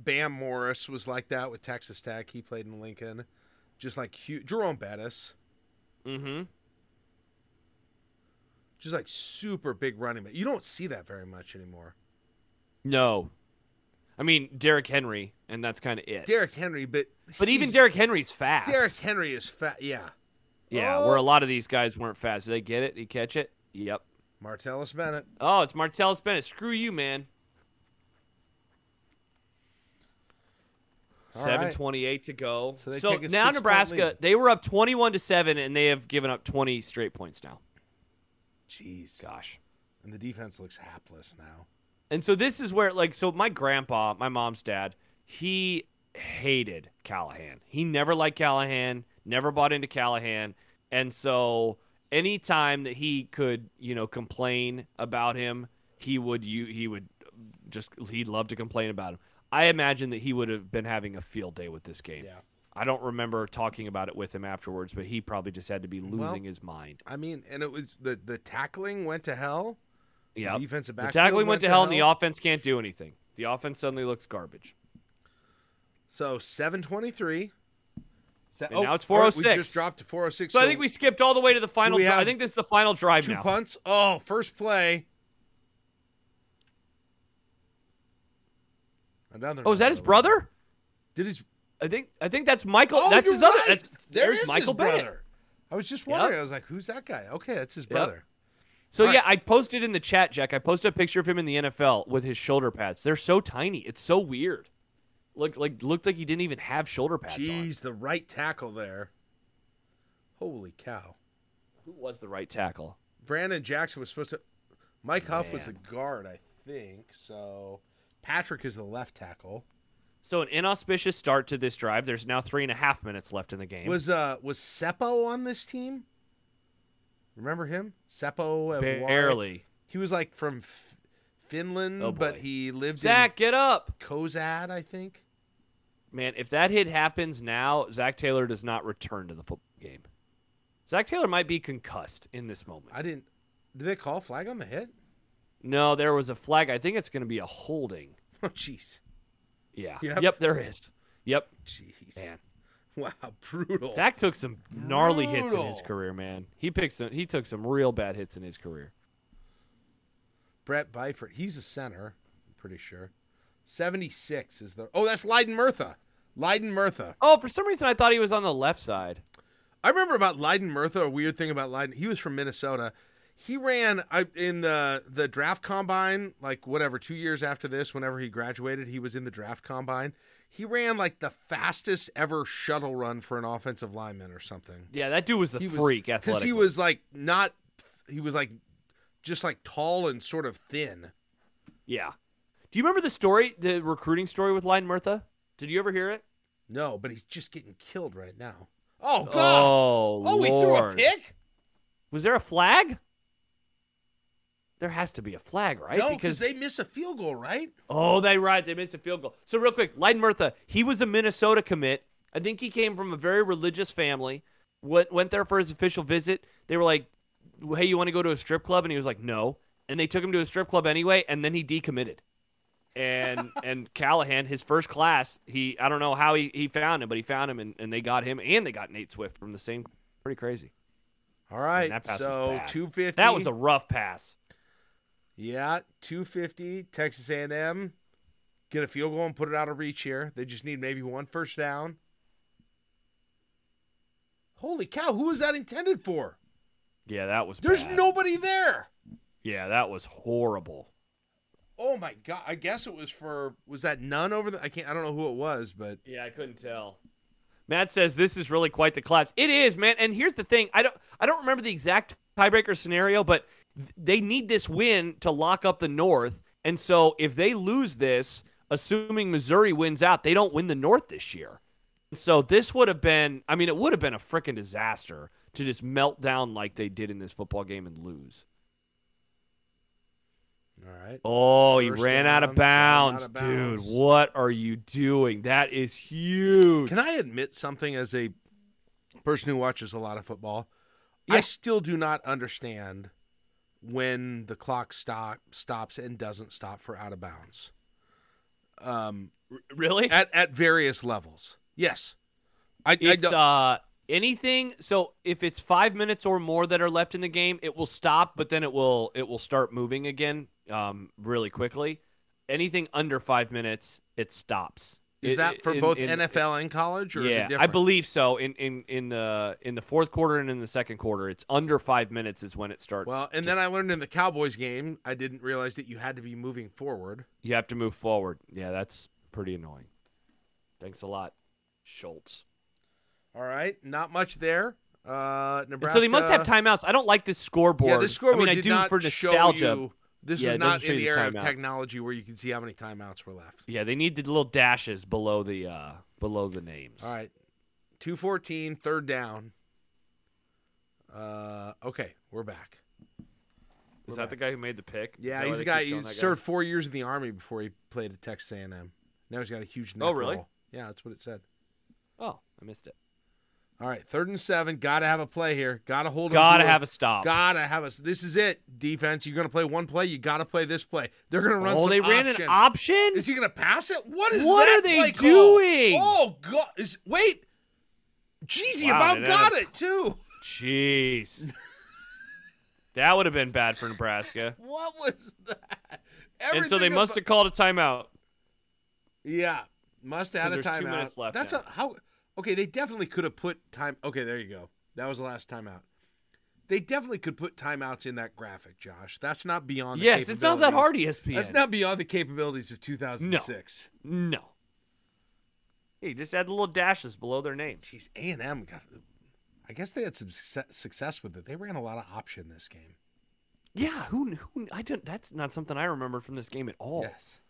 B: bam morris was like that with texas tech he played in lincoln just like huge jerome bettis
A: Mm-hmm.
B: just like super big running back you don't see that very much anymore
A: No, I mean Derrick Henry, and that's kind of it.
B: Derrick henry but
A: but even
B: he's-
A: Derrick Henry's fast.
B: Derrick oh. henry is fat yeah
A: yeah, where a lot of these guys weren't fast. Did they get it? Did he catch it? Yep.
B: martellus bennett
A: Oh, it's Martellus Bennett. Screw you, man.
B: All
A: Seven
B: right.
A: twenty-eight to go.
B: So
A: So,
B: they take a
A: now
B: six-point
A: Nebraska,
B: lead.
A: they were up twenty-one to seven, and they have given up twenty straight points now.
B: jeez
A: Gosh.
B: and the defense looks hapless now
A: And so this is where, like, so my grandpa, my mom's dad, he hated Callahan. He never liked Callahan, never bought into Callahan. And so anytime that he could, you know, complain about him, he would, you, he would just, he'd love to complain about him. I imagine that he would have been having a field day with this game.
B: Yeah.
A: I don't remember talking about it with him afterwards, but he probably just had to be losing
B: Well,
A: his mind.
B: I mean, and it was the the tackling went to hell.
A: Yeah,
B: defensive
A: the
B: backfield
A: tackling went
B: went
A: to
B: to
A: hell, and the
B: hell.
A: offense can't do anything. The offense suddenly looks garbage.
B: So seven twenty three.
A: And now it's
B: We
A: 406.
B: just dropped to four oh six.
A: So, I think we skipped all the way to the final.
B: we
A: dri- I
B: have
A: think this is the final drive
B: two
A: now.
B: punts. Oh, first play. Another.
A: Oh, is that his
B: another one.
A: brother?
B: Did his?
A: I think I think that's Michael.
B: Oh,
A: that's
B: you're
A: his other.
B: right.
A: That's,
B: There
A: there's
B: is his
A: Michael Bennett.
B: brother. I was just wondering. I was like, who's that guy? Okay, that's his brother.
A: So
B: All right.
A: yeah, I posted in the chat, Jack. I posted a picture of him in the NFL with his shoulder pads. They're so tiny. It's so weird. Look like looked like he didn't even have shoulder pads on.
B: Jeez, the right tackle there. Holy cow.
A: Who was the right tackle?
B: Brandon Jackson was supposed to. Mike Huff was a
A: Man.
B: guard, I think. So Patrick is the left tackle.
A: So an inauspicious start to this drive. There's now three and a half minutes left in the game.
B: Was uh was Seppo on this team? Remember him? Seppo of Y?
A: barely.
B: He was like from F- Finland,
A: Oh,
B: but
A: boy.
B: he lived
A: Zach, get up,
B: in Kozad, I think.
A: man. If that hit happens now, Zach Taylor does not return to the football game. Zach Taylor might be concussed in this moment.
B: I didn't. Did they call flag on the hit?
A: No, there was a flag. I think it's going to be a holding.
B: Oh, jeez,
A: Yeah.
B: Yep.
A: yep there is. Yep.
B: jeez,
A: Man.
B: wow, brutal.
A: Zach took some gnarly hits in his
B: Brutal.
A: career, man. He picked some. He took some real bad hits in his career.
B: Brett Byford, he's a center, I'm pretty sure. Seventy six is the. Oh, that's Leiden Murtha. Leiden Murtha.
A: Oh, for some reason I thought he was on the left side.
B: I remember about Leiden Murtha. A weird thing about Leiden. He was from Minnesota. He ran I, in the the draft combine, like whatever, two years after this, whenever he graduated, he was in the draft combine. He ran like the fastest ever shuttle run for an offensive lineman or something.
A: Yeah, that dude was a
B: He was
A: freak
B: because
A: athletic.
B: he was like not. He was like just like tall and sort of thin.
A: yeah. Do you remember the story, the recruiting story with Lion Murtha? Did you ever hear it?
B: No, but he's just getting killed right now. Oh God!
A: Oh,
B: oh,
A: Lord.
B: he threw a pick.
A: Was there a flag? There has to be a flag, right?
B: No, because they miss a field goal, right?
A: Oh, they right. They missed a field goal. So real quick, Leiden Murtha, he was a Minnesota commit. I think he came from a very religious family. Went went there for his official visit. They were like, "Hey, you want to go to a strip club?" And he was like, "No." And they took him to a strip club anyway, and then he decommitted. And and Callahan, his first class, he I don't know how he, he found him, but he found him and, and they got him and they got Nate Swift from the same pretty crazy.
B: All right.
A: that pass was
B: so
A: bad.
B: two fifty.
A: That was a rough pass.
B: yeah two fifty. Texas A and M get a field goal and put it out of reach here. They just need maybe one first down. Holy cow! Who was that intended for?
A: Yeah, that was
B: There's
A: bad.
B: nobody there.
A: Yeah, that was horrible.
B: Oh my god! I guess it was for was that none over the? I can't. I don't know who it was, but
A: Yeah, I couldn't tell. Matt says this is really quite the collapse. It is, man. And here's the thing: I don't, I don't remember the exact tiebreaker scenario, but th- they need this win to lock up the North. And so, if they lose this, assuming Missouri wins out, they don't win the North this year. So this would have been, I mean, it would have been a freaking disaster to just melt down like they did in this football game and lose.
B: all right.
A: Oh, he
B: First
A: ran out of
B: down,
A: bounds,
B: ran out of bounds.
A: dude. What are you doing? That is huge.
B: Can I admit something as a person who watches a lot of football? I
A: Yeah.
B: still do not understand when the clock stop stops and doesn't stop for out of bounds. Um,
A: R- really?
B: at at various levels. Yes, I, I
A: It's
B: don't.
A: uh anything. So if it's five minutes or more that are left in the game, it will stop, but then it will it will start moving again, um, really quickly. Anything under five minutes, it stops.
B: is
A: It-
B: that for
A: in-
B: both
A: in-
B: NFL and college, or is it
A: yeah,
B: different?
A: I believe so. In in in the in the fourth quarter and in the second quarter, it's under five minutes is when it starts.
B: Well, and
A: to
B: then I learned in the Cowboys game, I didn't realize that you had to be moving forward.
A: You have to move forward. Yeah, that's pretty annoying. Thanks a lot, Schultz.
B: All right, not much there. Uh, Nebraska.
A: And so they must have timeouts. I don't like this scoreboard.
B: Yeah, the scoreboard
A: I mean, I
B: did
A: do
B: not
A: for
B: show
A: nostalgia.
B: you. This
A: Yeah,
B: was
A: it doesn't
B: not
A: show
B: in
A: you
B: the
A: the
B: era of
A: timeout.
B: technology where you can see how many timeouts were left.
A: Yeah, they need the little dashes below the uh below the names.
B: All right, 214, third down. Uh, okay, we're back.
A: Is that the guy who made the pick? Is that
B: Yeah,
A: why
B: he's
A: they
B: a guy.
A: keep
B: He
A: going that guy?
B: served four years in the army before he played at Texas A&M. Now he's got a huge. Neck
A: really?
B: roll. Yeah, that's what it said.
A: Oh, I missed it.
B: All right, third and seven. Got to have a play here. Got to hold. 'em
A: Gotta
B: to it.
A: have a stop.
B: Gotta have us. This is it, defense. You're gonna play one play. You gotta play this play. They're gonna run.
A: oh,
B: some
A: they ran an
B: option.
A: option.
B: Is he gonna pass it? What is
A: What
B: that
A: are they
B: play call?
A: doing?
B: Oh God! Is, wait, Jeezy
A: Wow,
B: about
A: they
B: got
A: had
B: it too.
A: Jeez, that would have been bad for Nebraska.
B: What was that?
A: and so they
B: Everything
A: must
B: about-
A: have called a timeout.
B: Yeah, must have had a
A: Because
B: timeout.
A: there's two minutes left
B: That's
A: now.
B: a, how. Okay, they definitely could have put time. Okay, there you go. That was the last timeout. They definitely could put timeouts in that graphic, Josh. That's not beyond. The
A: Yes, it's not that hard. E
B: capabilities.
A: ESPN.
B: That's not beyond the capabilities of 2006.
A: No. Hey, just add the little dashes below their names.
B: Jeez, A and M got. I guess they had some success, success with it. They ran a lot of option this game.
A: Yeah, who, who? I don't. That's not something I remember from this game at all.
B: Yes.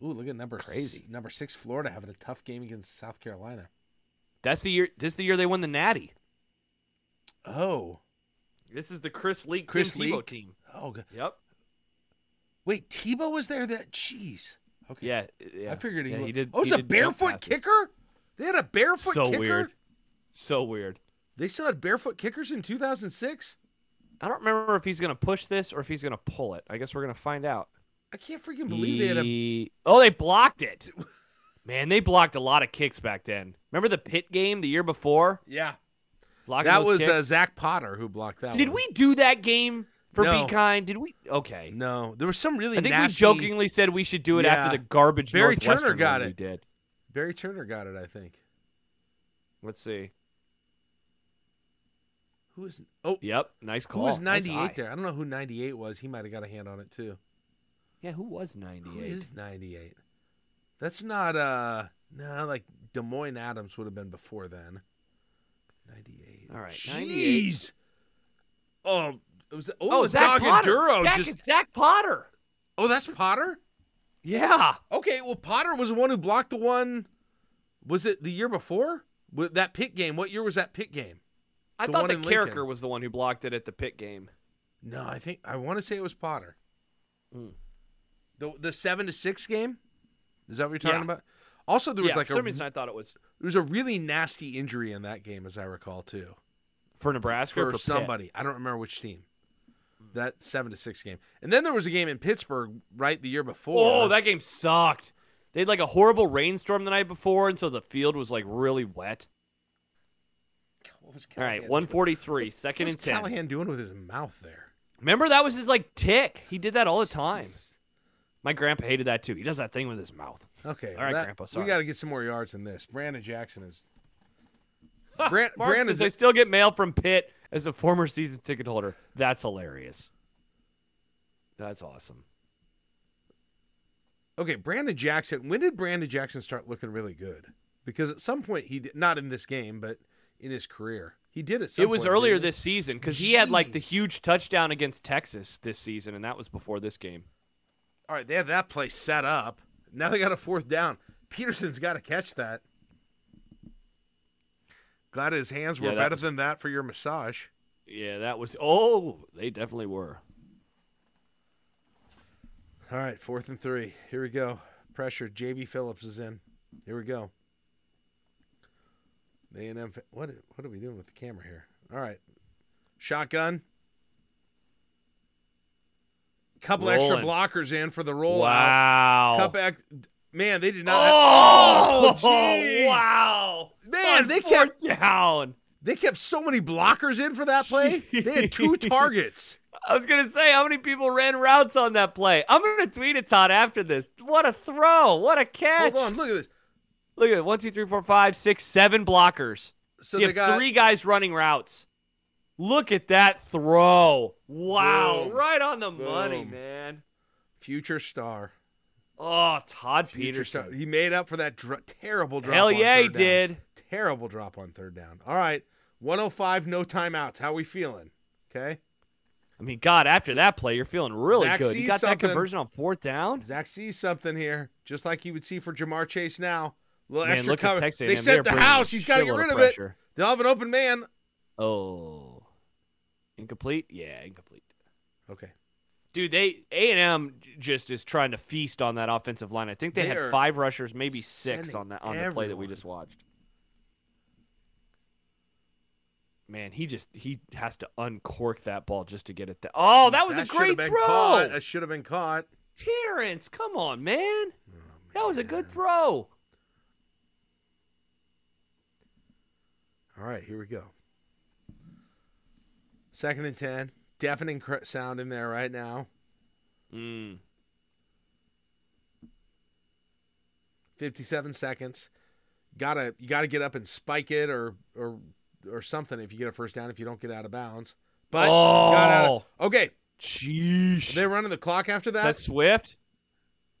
B: Ooh, look at number s-
A: Crazy.
B: number six, Florida having a tough game against South Carolina.
A: That's the year. This is the year they won the Natty.
B: Oh,
A: This is the Chris Leak,
B: Chris
A: Tim Tebow
B: Leak?
A: team.
B: oh, go-
A: Yep.
B: wait, Tebow was there. That jeez. Okay.
A: Yeah. yeah.
B: I figured he,
A: yeah,
B: wa-
A: he did.
B: Oh, it's
A: he
B: a
A: did jump
B: barefoot
A: passes.
B: kicker. They had a barefoot
A: So
B: kicker.
A: weird. So weird.
B: They still had barefoot kickers in 2006.
A: I don't remember if he's gonna push this or if he's gonna pull it. I guess we're gonna find out.
B: I can't freaking believe they had a.
A: He- Oh, they blocked it. Man, they blocked a lot of kicks back then. Remember the pit game the year before?
B: Yeah,
A: Blocking
B: that
A: those
B: was
A: kicks?
B: uh, Zach Potter who blocked that.
A: Did
B: one.
A: we do that game for
B: No.
A: Be Kind? Did we? Okay.
B: No, there was some really.
A: I think we
B: nasty...
A: jokingly said we should do it
B: Yeah.
A: after the garbage.
B: Barry Turner
A: Northwestern one
B: got
A: We
B: it.
A: did.
B: Barry Turner got it, I think.
A: Let's see.
B: Who is oh
A: Yep. Nice
B: who
A: call.
B: was
A: Nice
B: ninety
A: eye.
B: eight there? I don't know who ninety eight was. He might have got a hand on it too.
A: Yeah. Who was
B: Who
A: 98?
B: is ninety eight? That's not uh no like Des Moines Adams would have been before then. Ninety eight.
A: All right, 98.
B: Jeez. Oh, it was oh,
A: oh,
B: it was
A: Zach
B: Dog and
A: Potter.
B: Duro
A: Zach,
B: just
A: it's Zach Potter.
B: oh that's Potter.
A: Yeah.
B: Okay, well Potter was the one who blocked the one. Was it the year before? With that pit game. What year was that pit game?
A: I
B: The
A: thought
B: one
A: that
B: in Lincoln.
A: character was the one who blocked it at the pit game.
B: No, I think I want to say it was Potter.
A: Mm.
B: The the seven to six game, is that what you're talking
A: Yeah.
B: about? Also, there was
A: yeah,
B: like
A: for some
B: a there
A: reason I thought it was
B: was a really nasty injury in that game, as I recall too,
A: for Nebraska or for
B: for,
A: Pitt?
B: somebody. I don't remember which team. That seven to six game, and then there was a game in Pittsburgh right the year before.
A: Oh, that game sucked. They had like a horrible rainstorm the night before, and so the field was like really wet.
B: What was
A: All
B: Callahan
A: right, 143,
B: What
A: second
B: was
A: and 10.
B: Callahan doing with his mouth there?
A: Remember that was his like tick. He did that all the time.
B: Jeez.
A: My grandpa hated that too. He does that thing with his mouth.
B: Okay.
A: All right,
B: that-
A: Grandpa,
B: We
A: sorry.
B: got to get some more yards in this. Brandon Jackson is. Brand,
A: Mark
B: Brandon's
A: says I still get mail from Pitt as a former season ticket holder. That's hilarious. That's awesome.
B: Okay, Brandon Jackson. When did Brandon Jackson start looking really good? Because at some point he did, not in this game, but in his career, he did at some.
A: it was
B: point,
A: earlier
B: didn't he?
A: this season because he had like the
B: Jeez.
A: huge touchdown against Texas this season, and that was before this game.
B: All right, they had that play set up. Now they got a fourth down. Peterson's got to catch that. Glad his hands were
A: Yeah, that
B: better
A: was-
B: than that for your massage.
A: Yeah, that was. Oh, they definitely were.
B: All right, fourth and three. Here we go. Pressure. JB Phillips is in. Here we go. A and M. What what are we doing with the camera here? All right, shotgun. Couple
A: Rolling.
B: extra blockers in for the rollout.
A: Wow.
B: Couple ex- man, they did not.
A: oh,
B: Have- oh, jeez.
A: wow.
B: Man,
A: On
B: they
A: fourth down.
B: They kept so many blockers in for that play. They had two targets.
A: I was gonna say how many people ran routes on that play. I'm gonna tweet it, Todd, after this. What a throw! What a catch!
B: Hold on, look at this.
A: Look at it. one, two, three, four, five, six, seven blockers.
B: So
A: you
B: they
A: have
B: got
A: three guys running routes. Look at that throw! Wow,
B: Boom.
A: right on the money,
B: Boom.
A: man.
B: future star.
A: Oh, Todd
B: Future star.
A: Peterson.
B: He made up for that dr- terrible drop.
A: Hell
B: on
A: yeah, he
B: third down.
A: did.
B: terrible drop on third down. All right, 105, no timeouts. How we feeling? Okay.
A: I mean, God, after that play, you're feeling really
B: Zach
A: good. You
B: sees
A: got that
B: something.
A: conversion on fourth down.
B: Zach sees something here, just like you would see for Jamar Chase now. little
A: Man,
B: extra
A: look
B: cover.
A: at Texas
B: they
A: A&M.
B: set
A: are
B: the
A: bringing
B: house.
A: a
B: He's got to get
A: shitload of
B: rid of it.
A: pressure.
B: They'll have an open man.
A: Oh, incomplete. Yeah, incomplete.
B: Okay.
A: Dude, they A and M just is trying to feast on that offensive line. I think they,
B: They are
A: had five rushers, maybe six
B: sending
A: on that on the play that we
B: everyone.
A: just watched. man, he just he has to uncork that ball just to get it. Th- oh, that was
B: That
A: a
B: should have
A: great
B: been
A: throw,
B: Caught. That should have been caught.
A: Terrence. Come on, man.
B: Oh,
A: that was a good throw.
B: All right, here we go. Second and ten. Deafening cr- sound in there right now.
A: Mm.
B: 57 seconds. Gotta you gotta get up and spike it or or or something if you get a first down if you don't get out of bounds. But got out of- okay,
A: Jeez.
B: they're running the clock after that.
A: Oh. That's Swift.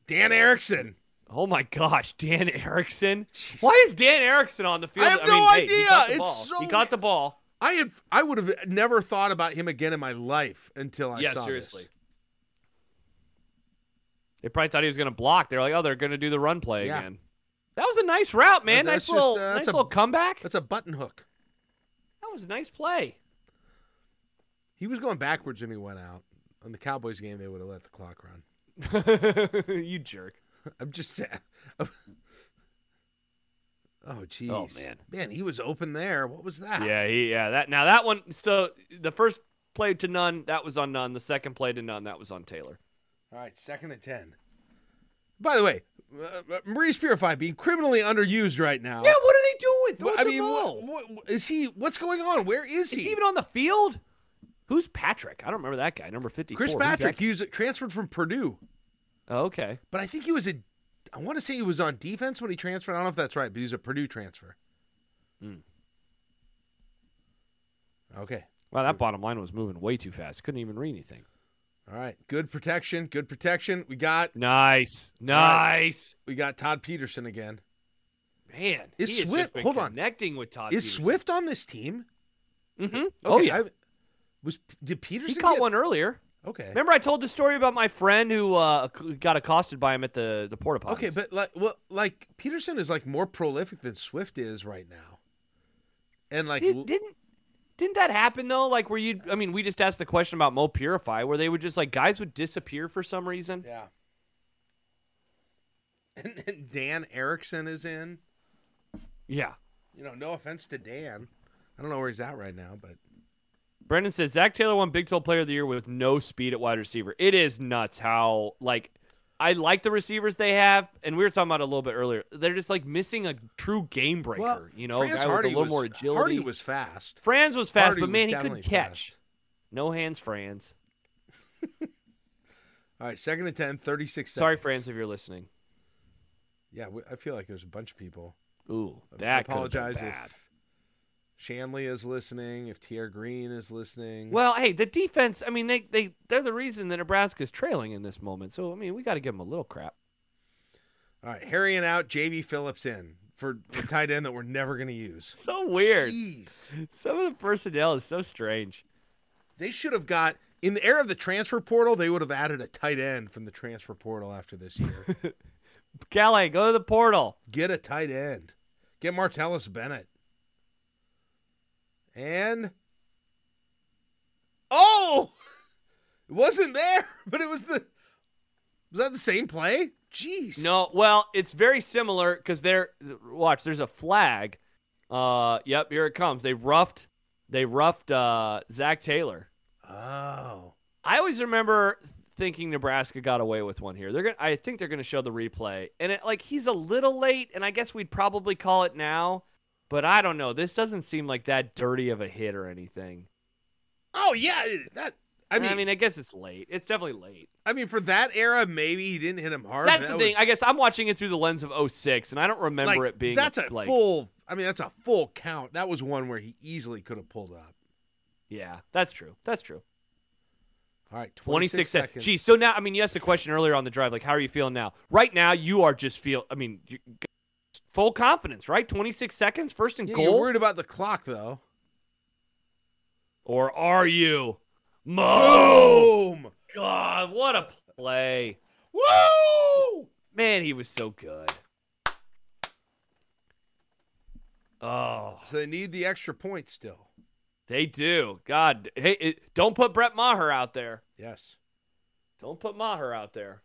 B: Dan Erickson.
A: Oh my gosh, Dan Erickson. Why is Dan Erickson on the field?
B: I have
A: mean,
B: no
A: hey, He
B: idea.
A: got the
B: It's
A: ball.
B: so
A: he got the ball.
B: I had I would have never thought about him again in my life until I
A: yeah,
B: saw
A: seriously.
B: this.
A: They probably thought he was going to block. They're like, oh, they're going to do the run play
B: Yeah.
A: again. That was a nice route, man.
B: that's
A: Nice
B: just,
A: little,
B: uh, that's
A: nice
B: a-
A: little comeback.
B: That's a button hook.
A: That was a nice play.
B: He was going backwards when he went out. On the Cowboys game, they would have let the clock run.
A: you jerk.
B: I'm just saying. Oh jeez.
A: man.
B: Man, he was open there. What was that?
A: Yeah, he, yeah. That now that one. So the first play to none, that was on none. The second play to none, that was on Taylor.
B: All right, second and 10. By the way, uh, uh, Maurice Purify being criminally underused right now.
A: Yeah, what are they doing? Throw
B: Wha-
A: it
B: I
A: to
B: mean,
A: Mo.
B: what, is he? What's going on? Where
A: Is
B: is he?
A: he even on the field? Who's Patrick? I don't remember that guy. Number fifty.
B: Chris Patrick, he was transferred from Purdue,
A: Oh, okay.
B: but I think he was a. I want to say he was on defense when he transferred. I don't know if that's right, but he was a Purdue transfer.
A: Hmm.
B: Okay.
A: Wow, that bottom line was moving way too fast. Couldn't even read anything.
B: All right. Good protection. Good protection. We got
A: Nice,
B: right.
A: nice,
B: we got Todd Peterson again.
A: man.
B: Is
A: he has just
B: Swift-
A: been
B: hold on.
A: Connecting with Todd.
B: Is Swift on this team?
A: Mm-hmm. oh yeah,
B: I- was did Peterson
A: he caught
B: get-
A: one earlier.
B: Okay.
A: Remember, I told the story about my friend who uh, got accosted by him at the the porta potties.
B: Okay, but like, well, like Peterson is like more prolific than Swift is right now, and like,
A: Did,
B: l-
A: didn't didn't that happen though? Like where you I mean, we just asked the question about Mo Purify where they would just like guys would disappear for some reason.
B: yeah. And, and Dan Erickson is in.
A: Yeah.
B: You know, no offense to Dan, I don't know where he's at right now, but
A: Brendan says Zach Taylor won Big 12 Player of the Year with no speed at wide receiver. It is nuts how like I like the receivers they have, and we were talking about it a little bit earlier. They're just like missing a true game breaker.
B: well,
A: you know, a
B: Franz
A: guy
B: Hardy
A: with a little
B: was,
A: more agility.
B: Hardy was fast.
A: Franz was fast,
B: Hardy
A: but
B: was
A: man, he
B: definitely
A: couldn't catch.
B: fast.
A: No hands, Franz.
B: All right, second and 10, 36 seconds.
A: Sorry, Franz, if you're listening.
B: Yeah, we, I feel like there's a bunch of people.
A: Ooh,
B: I
A: that could've been
B: apologize
A: bad.
B: if Shanley is listening, if Tier Green is listening.
A: Well, hey, the defense. I mean, they they they're the reason that Nebraska's trailing in this moment. So I mean, we got to give them a little crap.
B: All right, Harrion out, JB Phillips in for the tight end that we're never going to use.
A: So weird.
B: Jeez.
A: Some of the personnel is so strange.
B: They should have got in the era of the transfer portal. They would have added a tight end from the transfer portal after this year.
A: Calais, go to the portal.
B: Get a tight end. Get Martellus Bennett. And oh, it wasn't there, but it was the. Was that the same play? Jeez.
A: No, well, it's very similar because they're watch. There's a flag. Uh, yep, here it comes. They roughed. They roughed uh, Zach Taylor.
B: Oh.
A: I always remember thinking Nebraska got away with one here. They're gonna, I think they're gonna show the replay, and it like he's a little late, and I guess we'd probably call it now, but I don't know. This doesn't seem like that dirty of a hit or anything.
B: Oh yeah. it- That. I mean.
A: I mean, I guess it's late. It's definitely late.
B: I mean, for that era, maybe he didn't hit him hard.
A: That's
B: That
A: the thing.
B: was-
A: I guess I'm watching it through the lens of 06, and I don't remember
B: like,
A: it being
B: that's a
A: like,
B: full. I mean, that's a full count. That was one where he easily could have pulled up.
A: Yeah, that's true. That's true.
B: All right, twenty-six,
A: 26 seconds.
B: seconds.
A: Gee, so now, I mean, you asked the question earlier on the drive, like, how are you feeling now? Right now, you are just feel. I mean, you, full confidence, right? 26 seconds, first and
B: yeah,
A: goal.
B: you're worried about the clock though.
A: Or are you? Mo!
B: Boom!
A: God, what a play.
B: Woo!
A: Man, he was so good. Oh,
B: So they need the extra point still.
A: they do. God, hey, it, don't put Brett Maher out there.
B: Yes,
A: Don't put Maher out there.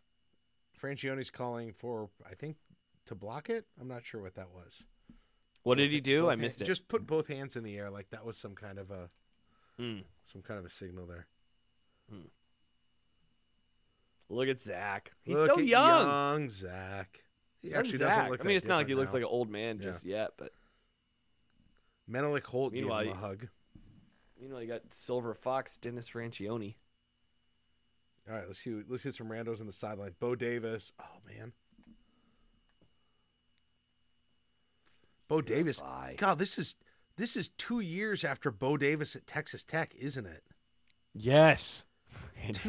B: Francione's calling for I think to block it. I'm not sure what that was.
A: What did he do?
B: Both
A: I
B: hand-
A: missed it.
B: Just put both hands in the air like that was some kind of a
A: Mm.
B: some kind of a signal there.
A: Look at Zach. He's
B: Look
A: so
B: at
A: young.
B: young Zach. He
A: Young
B: actually
A: Zach.
B: doesn't look.
A: I mean,
B: that
A: it's not like he
B: different
A: looks
B: now.
A: like an old man
B: Yeah.
A: just yet, but
B: Menelik Holt gave him
A: Meanwhile,
B: a hug.
A: you know, you got Silver Fox, Dennis Franchione.
B: All right, let's see. Let's hit some randos on the sideline. Bo Davis. Oh man. Bo Davis.
A: bye.
B: God, this is this is two years after Bo Davis at Texas Tech, isn't it?
A: Yes.
B: He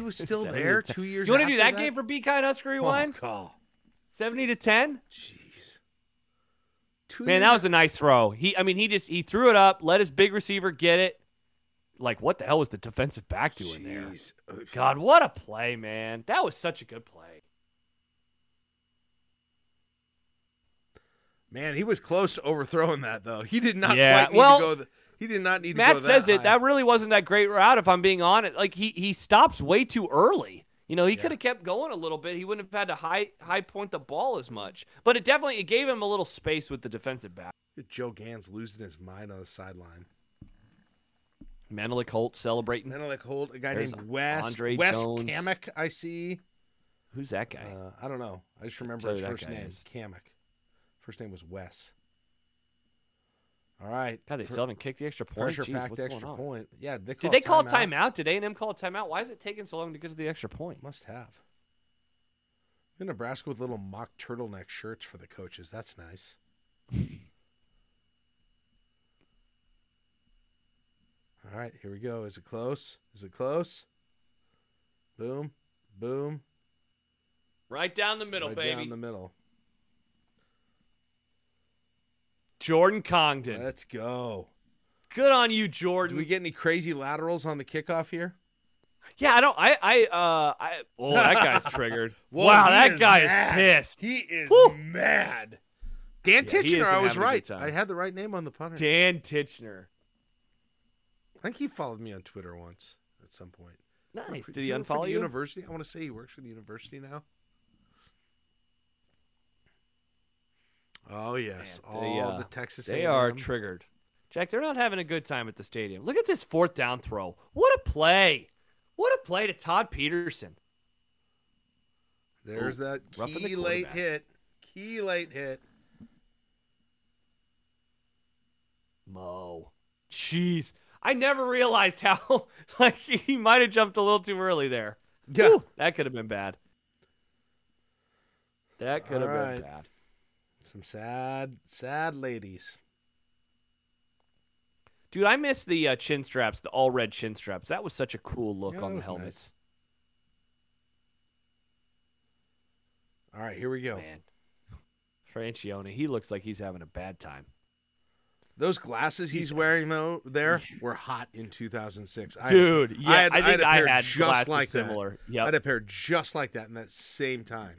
B: was still there two years.
A: You want to do
B: after
A: that, game for Be Kind Husker Rewind?
B: Oh, God.
A: 70 to 10?
B: Jeez. Two
A: Man, that was a nice throw. He I mean, he just he threw it up, let his big receiver get it. Like what the hell was the defensive back doing there?
B: Jeez. Oh,
A: God, what a play, man. That was such a good play.
B: Man, he was close to overthrowing that though. He did not
A: Yeah,
B: quite need
A: well,
B: to go. The, he did not need to
A: Matt
B: go.
A: says
B: that
A: it. That really wasn't that great route. If I'm being honest, like he he stops way too early. You know, he
B: Yeah.
A: could have kept going a little bit. He wouldn't have had to high high point the ball as much. But it definitely it gave him a little space with the defensive back.
B: high. Joe Gans losing his mind on the sideline.
A: Menelik Holt celebrating.
B: Then I like hold a guy
A: There's
B: named Wes
A: Andre
B: Wes
A: Jones.
B: Kamek. I see.
A: Who's that guy?
B: Uh, I don't know. I just remember
A: tell
B: his
A: you that
B: first
A: guy
B: name,
A: is.
B: Kamek. First name was Wes. All right.
A: God, they
B: Pr-
A: still haven't kicked the extra point.
B: pressure
A: Jeez,
B: packed
A: what's going
B: extra
A: on?
B: point. Yeah, they
A: Did they call
B: timeout?
A: timeout? Did A and M call a timeout? Why is it taking so long to get to the extra point?
B: Must have. In Nebraska with little mock turtleneck shirts for the coaches. That's nice. All right, here we go. Is it close? Is it close? Boom, boom.
A: Right down the middle,
B: right
A: baby.
B: down the middle.
A: Jordan Congdon.
B: Let's go.
A: Good on you,
B: Do
A: Jordan.
B: we get any crazy laterals on the kickoff here?
A: Yeah, I don't. I. I. Uh. I. Oh, that guy's triggered.
B: Whoa,
A: wow,
B: he
A: that guy
B: mad.
A: is pissed.
B: He is
A: Whew.
B: mad. Dan
A: Yeah, he
B: Titchener,
A: isn't
B: I
A: having
B: was
A: a good
B: right.
A: time.
B: I had the right name on the punter.
A: Dan Titchener.
B: I think he followed me on Twitter once at some point.
A: Nice.
B: Is
A: Did he
B: work for
A: unfollow
B: the
A: you?
B: University. I want to say he works for the university now. Oh yes,
A: Man,
B: all
A: they, uh,
B: the Texas.
A: They are
B: A&M.
A: triggered. Jack, they're not having a good time at the stadium. Look at this fourth down throw. What a play! What a play to Todd Peterson.
B: There's
A: Ooh,
B: that
A: roughing Oh, the
B: key late
A: quarterback.
B: hit. Key late hit.
A: Mo. Jeez. I never realized how like he might have jumped a little too early there.
B: Yeah.
A: Whew, that could have been bad. That could have
B: Alright.
A: been bad.
B: Some sad, sad ladies.
A: Dude, I miss the uh, chin straps, the all red chin straps. That was such a cool look
B: Yeah, that
A: on the
B: was nice.
A: helmets.
B: All right, here we go.
A: Man. Francione, he looks like he's having a bad time.
B: Those glasses he's wearing though there were hot in 2006. I had-
A: Dude, yeah, I,
B: had-
A: think
B: a
A: I
B: pair
A: had
B: just
A: glasses
B: like that.
A: similar.
B: I
A: Yeah.
B: had a pair just like that in that same time.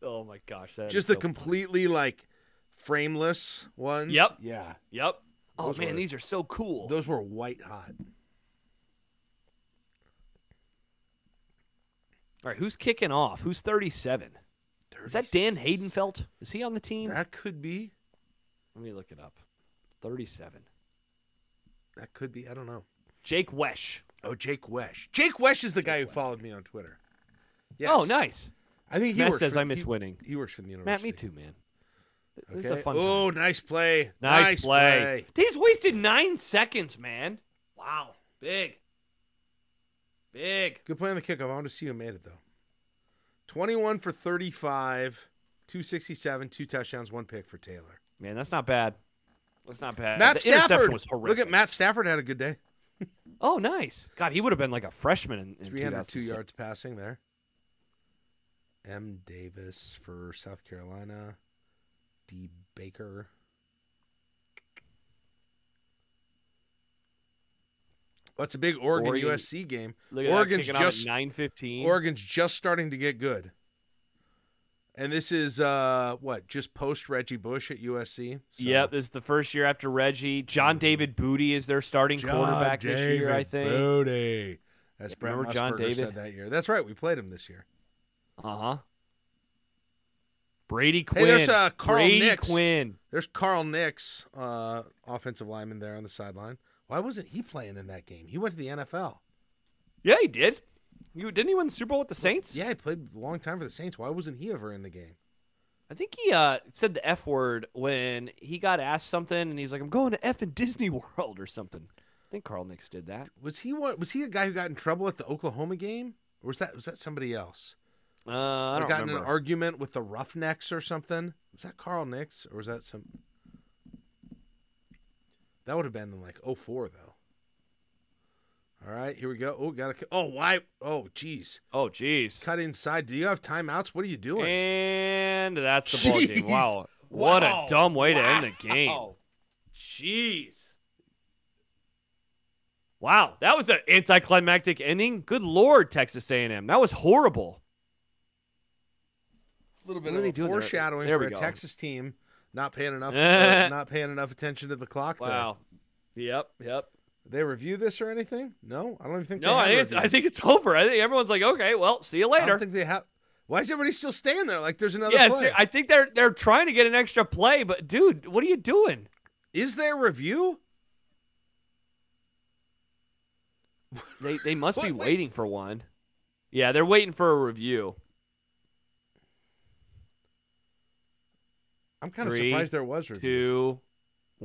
A: Oh my gosh, that is
B: just the
A: so-
B: completely like frameless ones.
A: Yep.
B: Yeah.
A: Yep. Oh
B: Those
A: man,
B: were-
A: these are so cool.
B: Those were white hot.
A: All right, who's kicking off? Who's 37? Is that Dan Haydenfelt? Is he on the team?
B: That could be.
A: Let me look it up. 37.
B: That could be. I don't know.
A: Jake Wesh.
B: Oh, Jake Wesh. Jake Wesh is the guy who followed me on Twitter. Yes.
A: Oh, nice.
B: I think he
A: Matt
B: works
A: says
B: for-
A: I miss
B: he-
A: winning.
B: He works for the university.
A: Matt, me too, man. Th- This is a
B: Okay.
A: fun time.
B: Oh, nice play.
A: Nice, play. He's wasted nine seconds, man. Wow. Big. Big.
B: Good play on the kickoff. I want to see who made it though. Twenty-one for thirty-five, two sixty-seven, two touchdowns, one pick for Taylor.
A: Man, that's not bad. That's not bad.
B: Matt
A: Uh, the
B: Stafford.
A: interception was horrific.
B: Look at Matt Stafford had a good day.
A: Oh, nice. God, he would have been like a freshman in, in
B: Three hundred two
A: 2006.
B: yards passing there. M. Davis for South Carolina. D. Baker. That's a big Oregon,
A: Oregon-
B: USC game.
A: Look at
B: Oregon's
A: that, kicking
B: just
A: out at 9:15.
B: Oregon's just starting to get good. And this is uh what, just post Reggie Bush at USC. So-
A: Yep, this is the first year after Reggie. John David Booty is their starting
B: John
A: quarterback this year, I
B: David
A: think.
B: Booty. That's Brent
A: remember John
B: Musburger
A: David?
B: said that year. That's right, we played him this year.
A: Uh huh. Uh-huh. Brady
B: Hey,
A: Quinn.
B: there's, uh, Carl
A: Brady
B: Nix.
A: Quinn.
B: There's Carl Nix, uh, offensive lineman there on the sideline. Why wasn't he playing in that game? He went to the NFL.
A: Yeah, he did. You didn't he win the Super Bowl with the Saints?
B: Yeah, he played a long time for the Saints. Why wasn't he ever in the game?
A: I think he uh, said the F word when he got asked something, and he's like, "I'm going to F in Disney World" or something. I think Carl Nix did that.
B: Was he one, was he a guy who got in trouble at the Oklahoma game, or was that was that somebody else?
A: Uh, I
B: They
A: don't
B: got in
A: remember.
B: an argument with the Roughnecks or something. Was that Carl Nix or was that some? That would have been in like 04, though. All right, here we go. Oh, got to. Oh, why? Oh, jeez.
A: oh, jeez.
B: Cut inside. Do you have timeouts? What are you doing?
A: And that's the ball game.
B: Jeez.
A: Wow, what
B: Wow.
A: a dumb way to end the game.
B: Wow.
A: Jeez. Wow, that was an anticlimactic ending. Good lord, Texas A&M, that was horrible.
B: A little bit
A: What are
B: of
A: they
B: a
A: doing there?
B: foreshadowing
A: There we
B: for a
A: go.
B: Texas team not paying enough,
A: Eh.
B: uh, not paying enough attention to the clock. there.
A: Wow. Yep. Yep.
B: Did they review this or anything? No, I don't even think.
A: No,
B: they
A: I
B: have
A: think, it's, I
B: reviewed.
A: think it's over. I think everyone's like, okay, well, see you
B: I don't
A: later.
B: think they have. Why is everybody still staying there? Like there's another.
A: Yes,
B: play.
A: I think they're they're trying to get an extra play, but dude, what are you doing?
B: Is there review?
A: They they must be
B: Wait, wait.
A: waiting for one. Yeah, they're waiting for a review.
B: I'm kind of
A: Three,
B: surprised there was review.
A: Two,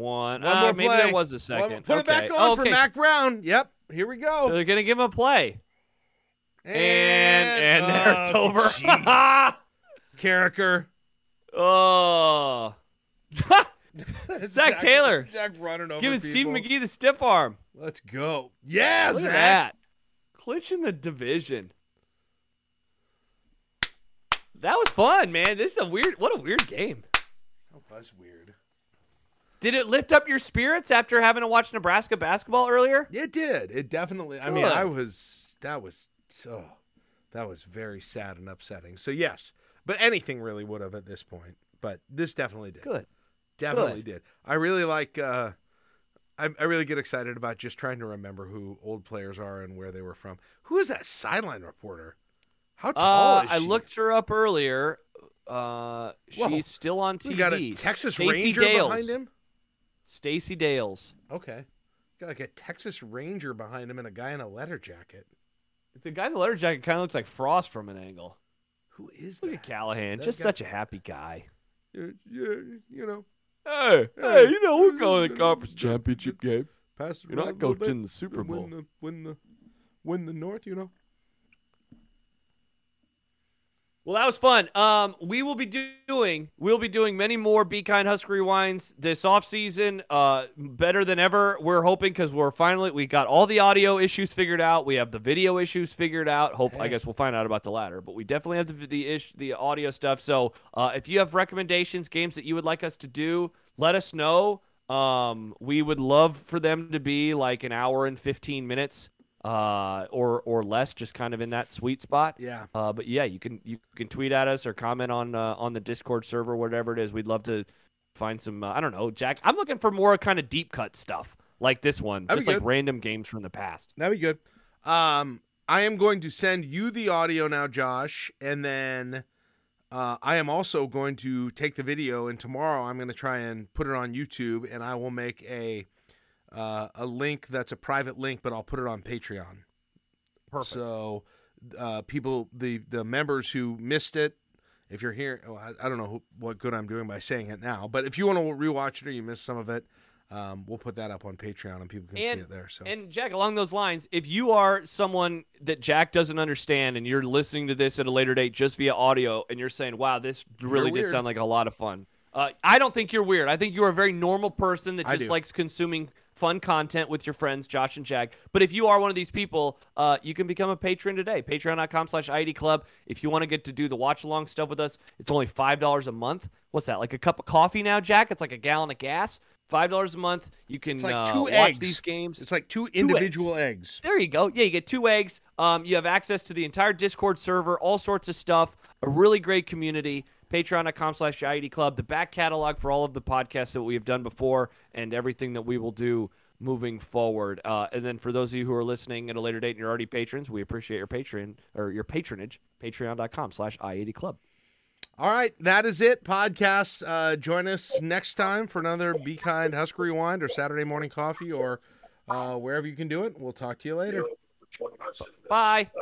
A: one.
B: One
A: Ah,
B: more
A: maybe
B: play.
A: there was a
B: One more-
A: second.
B: put it
A: okay.
B: back on
A: Oh,
B: for
A: okay.
B: Mac Brown. Yep. Here we
A: So
B: go.
A: they're gonna give him a play, and and there it's
B: oh,
A: over.
B: jeez. Carricker.
A: oh,
B: Zach
A: Taylor.
B: Zach running over
A: giving Steve
B: people.
A: McGee the stiff arm.
B: Let's go. Yeah,
A: Look
B: Zach.
A: at that. Clinching the division. That was fun, man. This is a weird what a weird game.
B: That was Oh, weird.
A: Did it lift up your spirits after having to watch Nebraska basketball earlier?
B: It did. It definitely. I mean,
A: Good.
B: I was. That was. Oh, that was very sad and upsetting. So yes, but anything really would have at this point. But this definitely did.
A: Good.
B: Definitely did. I really like. Uh, I, I really get excited about just trying to remember who old players are and where they were from. Who is that sideline reporter? How tall
A: Uh,
B: is
A: I
B: she?
A: looked her up earlier. Uh,
B: Whoa.
A: she's still on TV.
B: We got a Texas
A: Stacey
B: Ranger
A: Dales.
B: behind him.
A: Stacy Dales.
B: Okay, got like a Texas Ranger behind him and a guy in a letter jacket.
A: The guy in the letter jacket kind of looks like Frost from an angle.
B: Who is
A: Look
B: that?
A: at Callahan,
B: That
A: just
B: guy-
A: such a happy guy.
B: Yeah, yeah, you know,
A: Hey,
B: hey, you know, we're
A: going
B: going to the conference championship
A: game.
B: pass it around a little bit.
A: the Super
B: win the win the win the North. You know.
A: Well, that was fun. Um, we will be do- doing we'll be doing many more Be Kind Husker Rewinds this off season. Uh, better than ever. We're hoping because we're finally we got all the audio issues figured out. We have the video issues figured out. Hope I
B: Hey.
A: guess we'll find out about the latter, but we definitely have the the, ish, the audio stuff. So uh, if you have recommendations, games that you would like us to do, let us know. Um, we would love for them to be like an hour and fifteen minutes, uh, or or less, just kind of in that sweet spot.
B: Yeah.
A: Uh, but yeah, you can you can tweet at us or comment on uh, on the Discord server, whatever it is. We'd love to find some. Uh, I don't know, Jack. I'm looking for more kind of deep cut stuff like this one,
B: That'd be
A: just like
B: good.
A: random games from the past.
B: That'd be good. Um, I am going to send you the audio now, Josh, and then uh, I am also going to take the video. And tomorrow, I'm going to try and put it on YouTube, and I will make a uh, a link that's a private link, but I'll put it on Patreon.
A: Perfect.
B: So uh, people, the the members who missed it, if you're here, well, I, I don't know who, what good I'm doing by saying it now, but if you want to rewatch it or you missed some of it, um, we'll put that up on Patreon and people can
A: And-
B: see it there. So
A: And Jack, along those lines, if you are someone that Jack doesn't understand and you're listening to this at a later date just via audio, and you're saying, "Wow, this really did
B: weird.
A: sound like a lot of fun," uh, I don't think you're weird. I think you're a very normal person that
B: I
A: just
B: do.
A: likes consuming fun content with your friends, Josh and Jack. But if you are one of these people, uh, you can become a patron today. Patreon.com/slash ID Club. If you want to get to do the watch along stuff with us, it's only five dollars a month. What's that? Like a cup of coffee now, Jack? It's like a gallon of gas. Five dollars a month. You can
B: It's like
A: uh,
B: two
A: watch
B: eggs.
A: these games.
B: It's like two individual eggs.
A: There you go. Yeah, you get two eggs. Um, you have access to the entire Discord server, all sorts of stuff. A really great community. Patreon.com slash IED Club. The back catalog for all of the podcasts that we have done before and everything that we will do moving forward. Uh, and then for those of you who are listening at a later date and you're already patrons, we appreciate your patron or your patronage. Patreon.com slash IED E Club.
B: All right, that is it. Podcast. Uh, join us next time for another Be Kind Husker Rewind or Saturday Morning Coffee or uh, wherever you can do it. We'll talk to you later.
A: Bye.